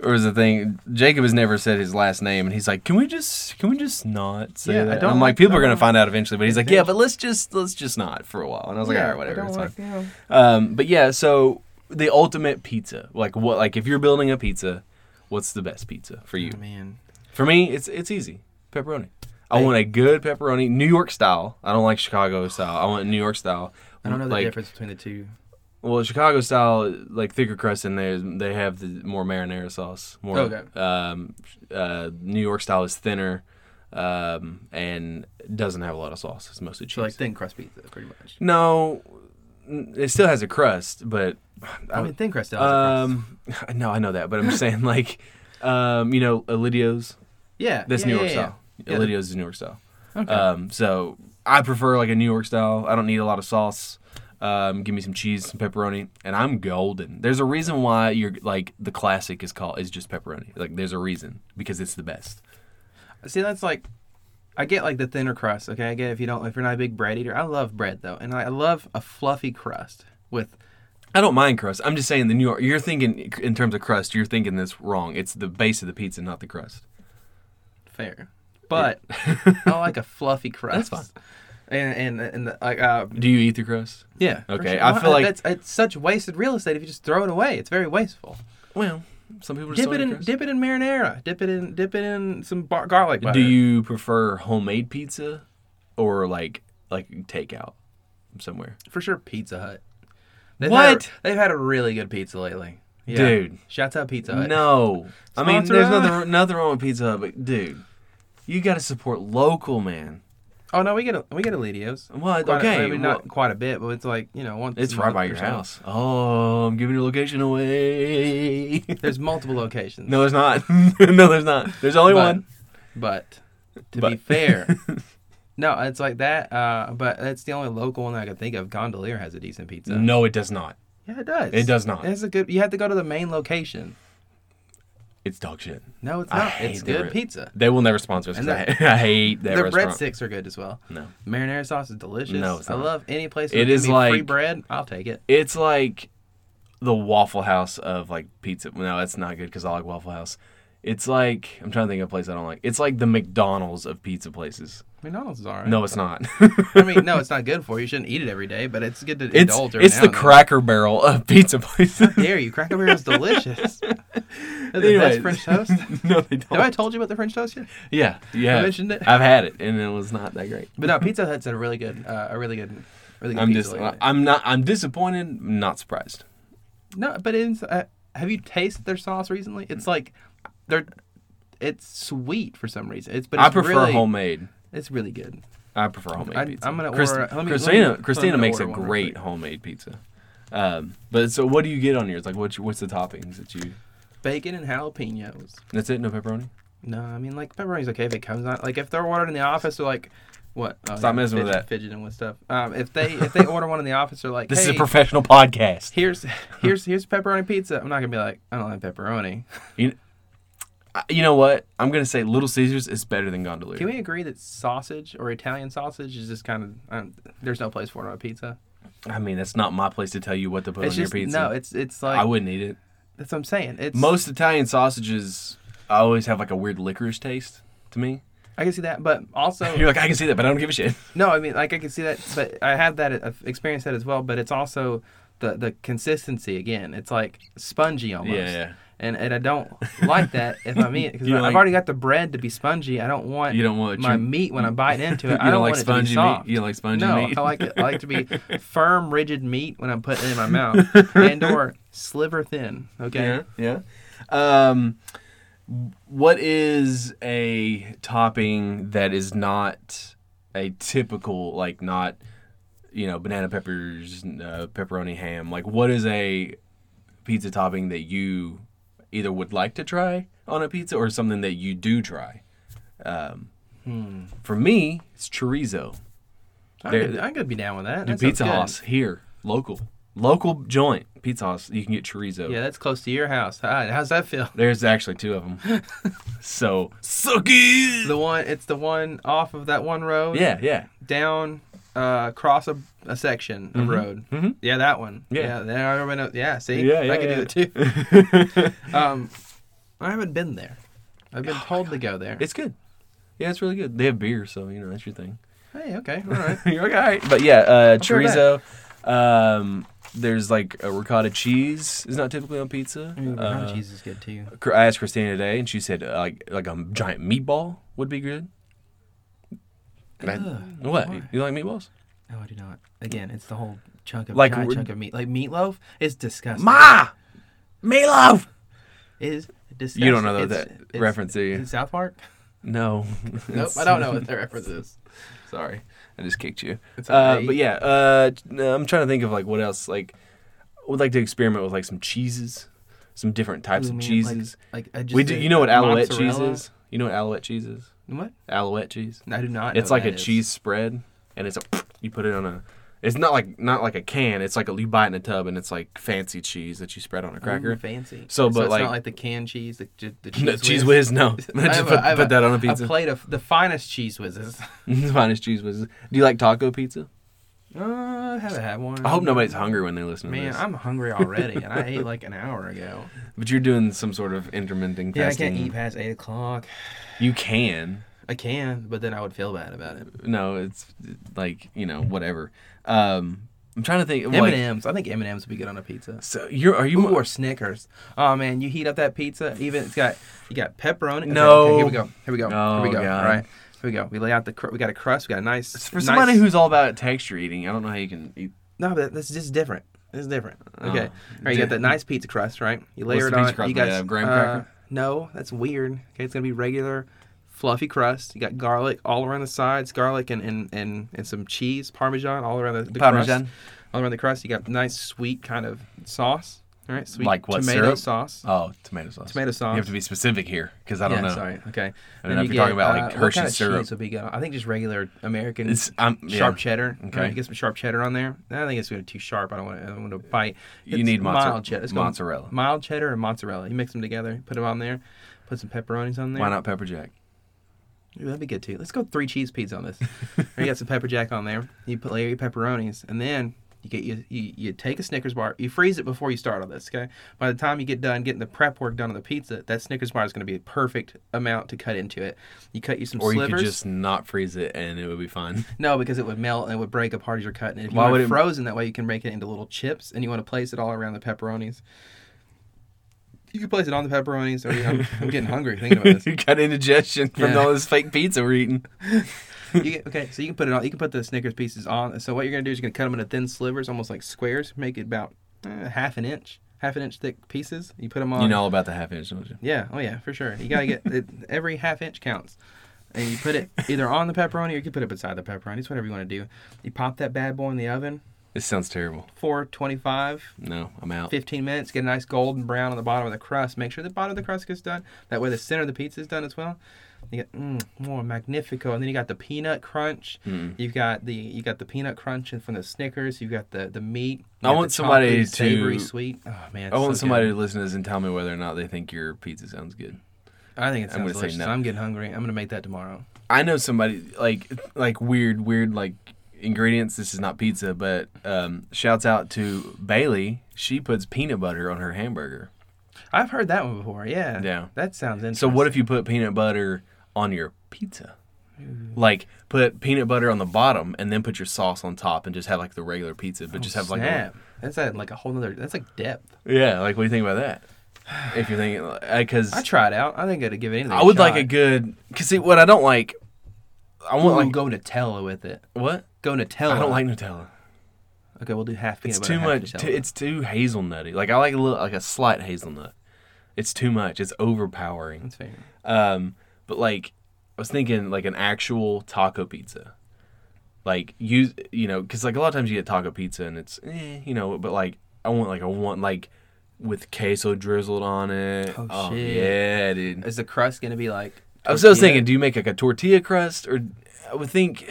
Speaker 2: there was a thing. Jacob has never said his last name, and he's like, "Can we just can we just not say
Speaker 3: Yeah, I
Speaker 2: that?" And
Speaker 3: don't
Speaker 2: I'm like,
Speaker 3: like-
Speaker 2: "People are
Speaker 3: I
Speaker 2: gonna
Speaker 3: don't
Speaker 2: find out eventually," but he's like, "Yeah, but let's just let's just not for a while." And I was like,
Speaker 3: Yeah,
Speaker 2: "All right, whatever,
Speaker 3: I
Speaker 2: it's
Speaker 3: don't
Speaker 2: fine."
Speaker 3: like- yeah.
Speaker 2: Um, but yeah, so the ultimate pizza, like what, like if you're building a pizza, what's the best pizza for you?
Speaker 3: Oh, man.
Speaker 2: For me, it's it's easy. Pepperoni. I want a good pepperoni, New York style. I don't like Chicago style. I want New York style.
Speaker 3: I don't know the
Speaker 2: like,
Speaker 3: difference between the two.
Speaker 2: well, Chicago style, like thicker crust in there, they have the more marinara sauce. More,
Speaker 3: Okay.
Speaker 2: Um, uh, New York style is thinner, um, and doesn't have a lot of sauce. It's mostly cheese.
Speaker 3: So like thin crust pizza, pretty much.
Speaker 2: no, n- it still has a crust, but
Speaker 3: I mean thin crust. Um,
Speaker 2: Oh. um, no, I know that, but I'm saying like, um, you know, Elidio's.
Speaker 3: yeah,
Speaker 2: That's
Speaker 3: yeah,
Speaker 2: New
Speaker 3: yeah,
Speaker 2: York
Speaker 3: yeah.
Speaker 2: style.
Speaker 3: Yeah, the-
Speaker 2: Elidio's is New York style.
Speaker 3: Okay.
Speaker 2: Um, so I prefer like a New York style. I don't need a lot of sauce. Um, give me some cheese, some pepperoni, and I'm golden. There's a reason why you're like the classic is called is just pepperoni. Like there's a reason because it's the best.
Speaker 3: See, that's like, I get like the thinner crust. Okay, I get if you don't, if you're not a big bread eater. I love bread though, and I, I love a fluffy crust with.
Speaker 2: I don't mind crust. I'm just saying the New York. You're thinking in terms of crust. You're thinking this wrong. It's the base of the pizza, not the crust.
Speaker 3: Fair. But I like a fluffy crust.
Speaker 2: That's
Speaker 3: and and, and the, like uh,
Speaker 2: Do you eat the crust?
Speaker 3: yeah.
Speaker 2: Okay,
Speaker 3: for sure.
Speaker 2: I feel like-
Speaker 3: that's, it's such wasted real estate if you just throw it away. It's very wasteful.
Speaker 2: Well, some people just
Speaker 3: Dip it in, dip it in marinara. Dip it in, dip it in some bar- garlic butter.
Speaker 2: Do you prefer homemade pizza or like like takeout from somewhere?
Speaker 3: for sure Pizza Hut? They've
Speaker 2: What?
Speaker 3: had a- they've had a really good pizza lately, Yeah.
Speaker 2: Dude.
Speaker 3: Shouts out Pizza Hut.
Speaker 2: No, I mean
Speaker 3: Sponsor
Speaker 2: there's
Speaker 3: us.
Speaker 2: nothing nothing wrong with Pizza Hut, but dude, you got to support local, man.
Speaker 3: Oh no, we get a, we get Aledios.
Speaker 2: Well,
Speaker 3: Quite a-
Speaker 2: okay,
Speaker 3: I mean, not
Speaker 2: well-
Speaker 3: quite a bit, but it's like you know once.
Speaker 2: It's
Speaker 3: a
Speaker 2: right
Speaker 3: month
Speaker 2: by
Speaker 3: or
Speaker 2: your
Speaker 3: so.
Speaker 2: house. Oh, I'm giving your location away.
Speaker 3: There's multiple locations.
Speaker 2: no, there's not. no, there's not. There's only
Speaker 3: but,
Speaker 2: one.
Speaker 3: But to be
Speaker 2: But-
Speaker 3: fair, no, it's like that. Uh, but that's the only local one that I can think of. Gondolier has a decent pizza.
Speaker 2: No, it does not.
Speaker 3: Yeah, it does.
Speaker 2: Mm. It does not.
Speaker 3: It's a good. You have to go to the main location.
Speaker 2: It's dog shit.
Speaker 3: No, it's
Speaker 2: I
Speaker 3: not.
Speaker 2: hate
Speaker 3: It's
Speaker 2: the
Speaker 3: good
Speaker 2: re-
Speaker 3: pizza.
Speaker 2: They will never sponsor us. 'cause
Speaker 3: And
Speaker 2: I, I hate that
Speaker 3: Their
Speaker 2: restaurant.
Speaker 3: breadsticks are good as well.
Speaker 2: No.
Speaker 3: Marinara sauce is delicious.
Speaker 2: No, it's
Speaker 3: I
Speaker 2: not.
Speaker 3: love any place.
Speaker 2: It
Speaker 3: Where it
Speaker 2: is
Speaker 3: is like free
Speaker 2: like-
Speaker 3: bread. I'll take it.
Speaker 2: It's like the Waffle House of like pizza. No, that's not good because I like Waffle House. It's like I'm trying to think of a place I don't like. It's like the McDonald's of pizza places.
Speaker 3: McDonald's is alright.
Speaker 2: No, it's not.
Speaker 3: I mean no, it's not good for you. You shouldn't eat it every day, but it's good to
Speaker 2: it's
Speaker 3: indulge. every
Speaker 2: it's
Speaker 3: now
Speaker 2: the
Speaker 3: and then.
Speaker 2: Cracker Barrel of pizza places.
Speaker 3: dare you? Cracker Barrel is delicious. They're the
Speaker 2: Anyways.
Speaker 3: best French toast. Have
Speaker 2: no, they don't.
Speaker 3: I told you about the French toast yet?
Speaker 2: yeah, yeah.
Speaker 3: I mentioned it.
Speaker 2: I've had it, and it was not that great.
Speaker 3: But no, Pizza Hut's a really good, uh, a really good, really good
Speaker 2: I'm
Speaker 3: pizza.
Speaker 2: just,
Speaker 3: lately.
Speaker 2: I'm not, I'm disappointed, not surprised.
Speaker 3: no, but it's, uh, have you tasted their sauce recently?
Speaker 2: Mm.
Speaker 3: It's like they're, it's sweet for some reason. It's but it's
Speaker 2: I prefer
Speaker 3: really,
Speaker 2: homemade.
Speaker 3: It's really good.
Speaker 2: I prefer homemade
Speaker 3: I-
Speaker 2: pizza.
Speaker 3: I'm gonna
Speaker 2: Christ-
Speaker 3: order- let me- let me-
Speaker 2: Christina
Speaker 3: let me
Speaker 2: Christina makes a
Speaker 3: order one real
Speaker 2: great
Speaker 3: quick.
Speaker 2: homemade pizza. Um, but so what do you get on yours? Like what's what's the toppings that you?
Speaker 3: Bacon and jalapenos.
Speaker 2: That's it. No pepperoni.
Speaker 3: No, I mean like pepperoni's okay if it comes out. Like if they're ordered in the office, they're like, what? Oh,
Speaker 2: Stop
Speaker 3: yeah,
Speaker 2: messing with
Speaker 3: fidget-
Speaker 2: that.
Speaker 3: Fidgeting with stuff. Um, if they if they order one in the office, they're like,
Speaker 2: This is
Speaker 3: "Hey,
Speaker 2: a professional podcast.
Speaker 3: Here's here's here's pepperoni pizza. I'm not gonna be like I don't like pepperoni.
Speaker 2: You, I- you know what? I'm gonna say Little Caesars is better than Gondolier.
Speaker 3: Can we agree that sausage or Italian sausage is just kind of um, there's no place for it on a pizza?
Speaker 2: I mean, that's not my place to tell you what to put
Speaker 3: It's
Speaker 2: on
Speaker 3: just
Speaker 2: your pizza.
Speaker 3: no. It's it's like
Speaker 2: I wouldn't eat it.
Speaker 3: that's what I'm saying. It's
Speaker 2: Most Italian sausages I always have like a weird licorice taste to me.
Speaker 3: I can see that, but
Speaker 2: You're
Speaker 3: also
Speaker 2: like, I can see that, but I don't give a shit.
Speaker 3: no. I mean, like I can see that, but I have that I've experienced that as well. But it's also the the consistency again. It's like spongy almost.
Speaker 2: Yeah, yeah.
Speaker 3: And, and I don't like that if I'm eating because
Speaker 2: You
Speaker 3: I've
Speaker 2: don't like-
Speaker 3: already got the bread to be spongy. I don't want
Speaker 2: You don't want
Speaker 3: my
Speaker 2: your-
Speaker 3: meat when I bite into it.
Speaker 2: You
Speaker 3: I
Speaker 2: don't
Speaker 3: don't
Speaker 2: like
Speaker 3: want it to
Speaker 2: spongy
Speaker 3: be
Speaker 2: meat?
Speaker 3: soft.
Speaker 2: You don't like spongy
Speaker 3: no,
Speaker 2: meat?
Speaker 3: I like it. I like to be firm, rigid meat when I'm putting it in my mouth, and or sliver thin. Okay.
Speaker 2: Yeah, yeah. Um, what is a topping that is not a typical, like not, you know, banana peppers, uh, pepperoni, ham? Like, what is a pizza topping that you either would like to try on a pizza or something that you do try? Um, For me, it's chorizo.
Speaker 3: I,
Speaker 2: There-
Speaker 3: could, I could be down with that.
Speaker 2: The
Speaker 3: That sounds
Speaker 2: pizza
Speaker 3: good.
Speaker 2: house here, local, local joint pizza house. You can get chorizo.
Speaker 3: Yeah, that's close to your house. Hi, how's that feel?
Speaker 2: There's actually two of them. so sucky.
Speaker 3: The one, it's the one off of that one road.
Speaker 2: yeah, yeah.
Speaker 3: Down, uh, across a, a section of road.
Speaker 2: mhm.
Speaker 3: Yeah, that one.
Speaker 2: Yeah.
Speaker 3: Yeah. There I went up- Yeah. See.
Speaker 2: Yeah,
Speaker 3: I
Speaker 2: yeah,
Speaker 3: could
Speaker 2: yeah.
Speaker 3: do it too. um, I haven't been there. I've been told to go there.
Speaker 2: It's good. Yeah, it's really good. They have beer, so you know that's your thing.
Speaker 3: hey. Okay. All right.
Speaker 2: You're like, all right. But yeah, uh,
Speaker 3: be right
Speaker 2: chorizo. Um, there's like a ricotta cheese is not typically on pizza. Uh,
Speaker 3: cheese is good too.
Speaker 2: Cr- I asked Christina today, and she said uh, like like a giant meatball would be good. And I-
Speaker 3: Ugh,
Speaker 2: what
Speaker 3: why?
Speaker 2: you like meatballs?
Speaker 3: No, Oh, I do not. Again, it's the whole chunk of
Speaker 2: Mm. Like
Speaker 3: giant
Speaker 2: we're-
Speaker 3: chunk of meat, like meatloaf. It's disgusting.
Speaker 2: Ma, meatloaf.
Speaker 3: It is disgusting.
Speaker 2: You don't know
Speaker 3: It's-
Speaker 2: that
Speaker 3: it's-
Speaker 2: reference, do you?
Speaker 3: is it South Park?
Speaker 2: No.
Speaker 3: Nope, I don't know what that reference is.
Speaker 2: Sorry, I just kicked you.
Speaker 3: It's
Speaker 2: Uh,
Speaker 3: okay.
Speaker 2: but yeah, uh, I'm trying to think of like what else. Like, I would like to experiment with like some cheeses, some different types
Speaker 3: Ooh,
Speaker 2: of
Speaker 3: man,
Speaker 2: cheeses.
Speaker 3: Like, like I just
Speaker 2: we do.
Speaker 3: did
Speaker 2: You know what alouette
Speaker 3: mozzarella.
Speaker 2: cheese is? You know what alouette cheese is?
Speaker 3: What?
Speaker 2: Alouette cheese.
Speaker 3: I do not. know
Speaker 2: It's like
Speaker 3: what
Speaker 2: a
Speaker 3: that is.
Speaker 2: cheese spread, and it's a you put it on a. It's not like not like a can. It's like a, you buy it in a tub, and it's like fancy cheese that you spread on a
Speaker 3: Ooh,
Speaker 2: cracker.
Speaker 3: fancy.
Speaker 2: So, but,
Speaker 3: it's
Speaker 2: like-
Speaker 3: not like the canned cheese, the, ju- the cheese,
Speaker 2: No,
Speaker 3: whiz.
Speaker 2: cheese whiz, no.
Speaker 3: I have
Speaker 2: Just
Speaker 3: a-
Speaker 2: put,
Speaker 3: I have
Speaker 2: put
Speaker 3: a-
Speaker 2: that on a pizza.
Speaker 3: A plate of the finest cheese whizzes.
Speaker 2: Finest cheese whiz. Do you like taco pizza?
Speaker 3: Uh, I haven't had one.
Speaker 2: I hope nobody's hungry when they listen to
Speaker 3: Mm-hmm. Man,
Speaker 2: this.
Speaker 3: I'm hungry already, and I ate like an hour ago.
Speaker 2: But you're doing some sort of intermittent
Speaker 3: Yeah, I
Speaker 2: fasting.
Speaker 3: can't eat past eight o'clock.
Speaker 2: You can.
Speaker 3: I can, but then I would feel bad about it.
Speaker 2: No, it's like you know whatever. Um, I'm trying to think.
Speaker 3: M and
Speaker 2: Like,
Speaker 3: M's. I think M and M's would be good on a pizza.
Speaker 2: so you're are you
Speaker 3: Ooh, or Snickers. Oh man, you heat up that pizza. Even it's got you got pepperoni. Okay,
Speaker 2: No.
Speaker 3: okay, here we go. Here we go.
Speaker 2: Oh,
Speaker 3: here we go.
Speaker 2: God.
Speaker 3: All right. Here we go. We lay out the. Cr- we got a crust. We got a nice.
Speaker 2: for
Speaker 3: nice-
Speaker 2: somebody who's all about texture eating? I don't know how you can eat.
Speaker 3: No, but that's just different. It's different. Okay. All right, you
Speaker 2: Oh, di-
Speaker 3: got that nice pizza crust, right? You layer
Speaker 2: What's
Speaker 3: it
Speaker 2: the pizza
Speaker 3: on.
Speaker 2: crust
Speaker 3: you got
Speaker 2: made out of, graham
Speaker 3: uh,
Speaker 2: cracker?
Speaker 3: No, that's weird. Okay, it's gonna be regular, fluffy crust. You got garlic all around the sides, garlic and and and, and some cheese, parmesan all around the, the
Speaker 2: Parmesan.
Speaker 3: crust. All around the crust, you got nice sweet kind of sauce. All right, sweet
Speaker 2: Like what,
Speaker 3: tomato
Speaker 2: syrup?
Speaker 3: sauce.
Speaker 2: Oh, tomato sauce.
Speaker 3: Tomato sauce.
Speaker 2: You have to be specific here because I don't
Speaker 3: yeah,
Speaker 2: know.
Speaker 3: sorry. Okay.
Speaker 2: I don't know if you're talking about, like,
Speaker 3: uh, what
Speaker 2: Hershey's
Speaker 3: kind of
Speaker 2: syrup.
Speaker 3: Cheese would be good. I think just regular American
Speaker 2: It's I'm yeah.
Speaker 3: sharp cheddar. Okay,
Speaker 2: Okay.
Speaker 3: get some sharp cheddar on there. I think it's going to be too sharp. I don't want to. I don't want to bite.
Speaker 2: You
Speaker 3: It's
Speaker 2: need mozza-
Speaker 3: mild cheddar. Let's go
Speaker 2: mozzarella.
Speaker 3: Mild cheddar and mozzarella. You mix them together. Put them on there. Put some pepperonis on there.
Speaker 2: Why not pepper jack?
Speaker 3: Ooh, that'd be good too. Let's go three cheese pizza on this. you got some pepper jack on there. You put layer your pepperonis, and then you get you, you you take a Snickers bar. You freeze it before you start all this. Okay. By the time you get done getting the prep work done on the pizza, that Snickers bar is going to be a perfect amount to cut into it. You cut you some
Speaker 2: Or you
Speaker 3: slivers.
Speaker 2: could just not freeze it and it would be fine.
Speaker 3: No, because it would melt and it would break apart as you're cutting it. If you
Speaker 2: Why
Speaker 3: want
Speaker 2: would
Speaker 3: it
Speaker 2: it-
Speaker 3: frozen, that way you can make it into little chips, and you want to place it all around the pepperonis. You can place it on the pepperonis, or you I'm, I'm getting hungry thinking about this.
Speaker 2: you got indigestion from
Speaker 3: Yeah.
Speaker 2: all this fake pizza we're eating.
Speaker 3: You get- okay, so you can put it on. You can put the Snickers pieces on. So what you're gonna do is you're gonna cut them into thin slivers, almost like squares. Make it about eh, half an inch, half an inch thick pieces. You put them on.
Speaker 2: You know all about the half inch, don't you?
Speaker 3: Yeah. Oh yeah, for sure. You gotta get it, every half inch counts, and you put it either on the pepperoni or you can put it beside the pepperoni. It's whatever you want to do. You pop that bad boy in the oven.
Speaker 2: This sounds terrible.
Speaker 3: 425
Speaker 2: No, I'm out.
Speaker 3: 15 minutes, get a nice golden brown on the bottom of the crust. Make sure the bottom of the crust gets done. That way, the center of the pizza is done as well. You got mm, more magnifico, and then you got the peanut crunch.
Speaker 2: Hmm.
Speaker 3: You've got the you got the peanut crunch and from the Snickers. You've got the the meat.
Speaker 2: I
Speaker 3: You got
Speaker 2: want
Speaker 3: the
Speaker 2: somebody
Speaker 3: chocolatey,
Speaker 2: to-
Speaker 3: savory sweet. Oh man, it's
Speaker 2: I want
Speaker 3: so
Speaker 2: somebody
Speaker 3: Good.
Speaker 2: to listen to this and tell me whether or not they think your pizza sounds good.
Speaker 3: I think it sounds
Speaker 2: gonna say
Speaker 3: delicious.
Speaker 2: no.
Speaker 3: I'm getting hungry. I'm gonna make that tomorrow.
Speaker 2: I know somebody like like weird weird like ingredients. This is not pizza, but um, shouts out to Bailey. She puts peanut butter on her hamburger.
Speaker 3: I've heard that one before. Yeah.
Speaker 2: Yeah.
Speaker 3: That sounds interesting.
Speaker 2: So what if you put peanut butter on your pizza? Like put peanut butter on the bottom and then put your sauce on top and just have like the regular pizza, but just have like a,
Speaker 3: Oh, Snap. that's at like a whole nother. That's like depth.
Speaker 2: yeah. Like what do you think about that? If you're thinking, because
Speaker 3: I try it out. I think I'd give anything.
Speaker 2: I would like
Speaker 3: shot.
Speaker 2: a good. Cause see, what I don't like, I
Speaker 3: Ooh,
Speaker 2: want like
Speaker 3: go Nutella with it.
Speaker 2: what
Speaker 3: Go Nutella.
Speaker 2: I don't like Nutella.
Speaker 3: Okay, we'll do half
Speaker 2: It's
Speaker 3: peanut butter.
Speaker 2: too
Speaker 3: half
Speaker 2: much.
Speaker 3: Nutella.
Speaker 2: Too, it's too hazelnutty. Like I like a little, like a slight hazelnut. It's too much. It's overpowering.
Speaker 3: That's fair.
Speaker 2: Um, but like I was thinking, like an actual taco pizza. Like use you know, because like a lot of times you get taco pizza and it's eh, you know, but like I want like I want like with queso drizzled on it.
Speaker 3: Oh, shit.
Speaker 2: yeah, dude.
Speaker 3: Is the crust gonna be like?
Speaker 2: I was, I was
Speaker 3: tortilla?
Speaker 2: thinking, do you make like a tortilla crust, or I would think,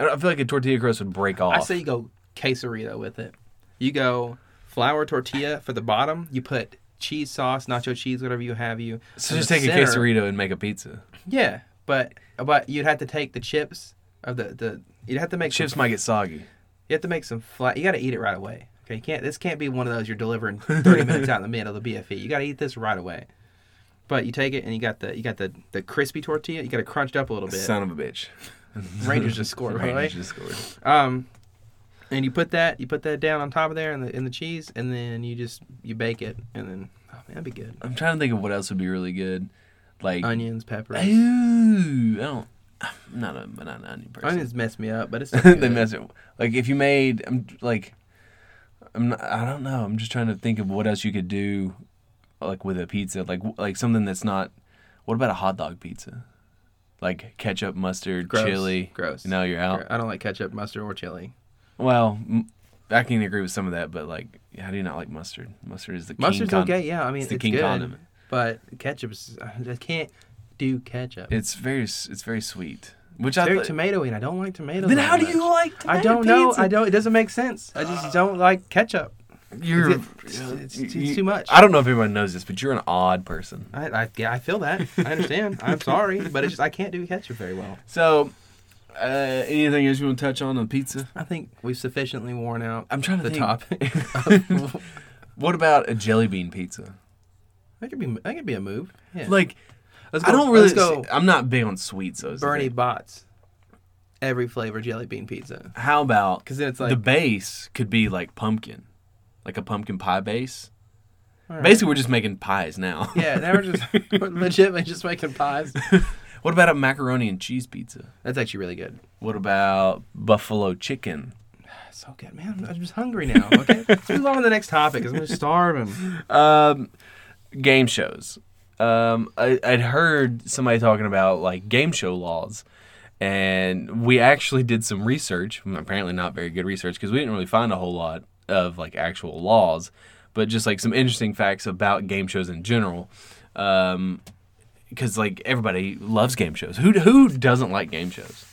Speaker 2: I, don't, I feel like a tortilla crust would break off.
Speaker 3: I say you go quesarito with it. You go flour tortilla for the bottom. You put cheese sauce, nacho cheese, whatever you have. You
Speaker 2: so
Speaker 3: in
Speaker 2: just
Speaker 3: the
Speaker 2: take
Speaker 3: center-
Speaker 2: a quesarito and make a pizza.
Speaker 3: Yeah, but but you'd have to take the chips of the the. You'd have to make
Speaker 2: Chips
Speaker 3: Some,
Speaker 2: might get soggy.
Speaker 3: you have to make some flat. You got to eat it right away. Okay, you can't. This can't be one of those you're delivering 30 minutes out in the middle of the BFE. You got to eat this right away. But you take it and you got the you got the the crispy tortilla. You got it crunched up a little bit.
Speaker 2: Son of a bitch.
Speaker 3: Rangers just scored, by the way.
Speaker 2: Rangers just scored.
Speaker 3: Um, and you put that you put that down on top of there and the in the cheese, and then you just you bake it, and then oh man, that'd be good.
Speaker 2: I'm trying to think of what else would be really good. Like,
Speaker 3: Onions, pepper.
Speaker 2: ooh, I don't. I'm not a banana onion person.
Speaker 3: Onions mess me up, but it's still good.
Speaker 2: they mess it. Like if you made, I'm like, I'm not, I don't know. I'm just trying to think of what else you could do, like with a pizza, like like something that's not. What about a hot dog pizza? Like ketchup, mustard,
Speaker 3: Gross.
Speaker 2: chili.
Speaker 3: Gross.
Speaker 2: No, you're out.
Speaker 3: I don't like ketchup, mustard, or chili.
Speaker 2: Well, m- I can agree with some of that, but like, how do you not like mustard? Mustard is the
Speaker 3: Mustard's
Speaker 2: king con-
Speaker 3: okay, yeah. I mean,
Speaker 2: it's
Speaker 3: it's,
Speaker 2: the king
Speaker 3: good,
Speaker 2: condiment.
Speaker 3: but ketchup's I can't do ketchup.
Speaker 2: It's very s- it's very sweet, which
Speaker 3: It's
Speaker 2: I
Speaker 3: very
Speaker 2: thought-
Speaker 3: tomatoey, and I don't like tomatoes.
Speaker 2: Then
Speaker 3: that
Speaker 2: how do you
Speaker 3: much.
Speaker 2: like?
Speaker 3: I
Speaker 2: tomato
Speaker 3: don't know.
Speaker 2: pizza? Ah.
Speaker 3: I don't. It doesn't make sense. I just don't like ketchup.
Speaker 2: You're
Speaker 3: It's- it's- it's too much.
Speaker 2: I don't know if everyone knows this, but you're an odd person.
Speaker 3: I, I, yeah, I feel that. I understand. I'm sorry, but it's just I can't do ketchup very well.
Speaker 2: So, uh, anything else you want to touch on on pizza?
Speaker 3: I think we've sufficiently worn out.
Speaker 2: I'm trying to
Speaker 3: the
Speaker 2: think.
Speaker 3: topic.
Speaker 2: What about a jelly bean pizza?
Speaker 3: that could be that could be a move. Yeah.
Speaker 2: Like,
Speaker 3: Let's
Speaker 2: I
Speaker 3: go-
Speaker 2: don't really.
Speaker 3: let's go
Speaker 2: see- I'm not big on sweets. Though, is the
Speaker 3: Bernie
Speaker 2: thing.
Speaker 3: Bots. Every flavor jelly bean pizza.
Speaker 2: How about?
Speaker 3: 'Cause then it's
Speaker 2: the
Speaker 3: like-
Speaker 2: base could be like pumpkin, like a pumpkin pie base.
Speaker 3: right.
Speaker 2: Basically, we're just making pies now.
Speaker 3: Yeah, now we're just we're legitimately just making pies.
Speaker 2: what about a macaroni and cheese pizza?
Speaker 3: That's actually really good.
Speaker 2: What about buffalo chicken?
Speaker 3: That's so good, man. I'm, I'm just hungry now. Okay, let's move on to the next topic. 'cause I'm just starving.
Speaker 2: Um, game shows. Um, I, I'd heard somebody talking about like game show laws, and we actually did some research. Apparently, not very good research because we didn't really find a whole lot of like actual laws, but just like some interesting facts about game shows in general. Um, because like everybody loves game shows. Who who doesn't like game shows?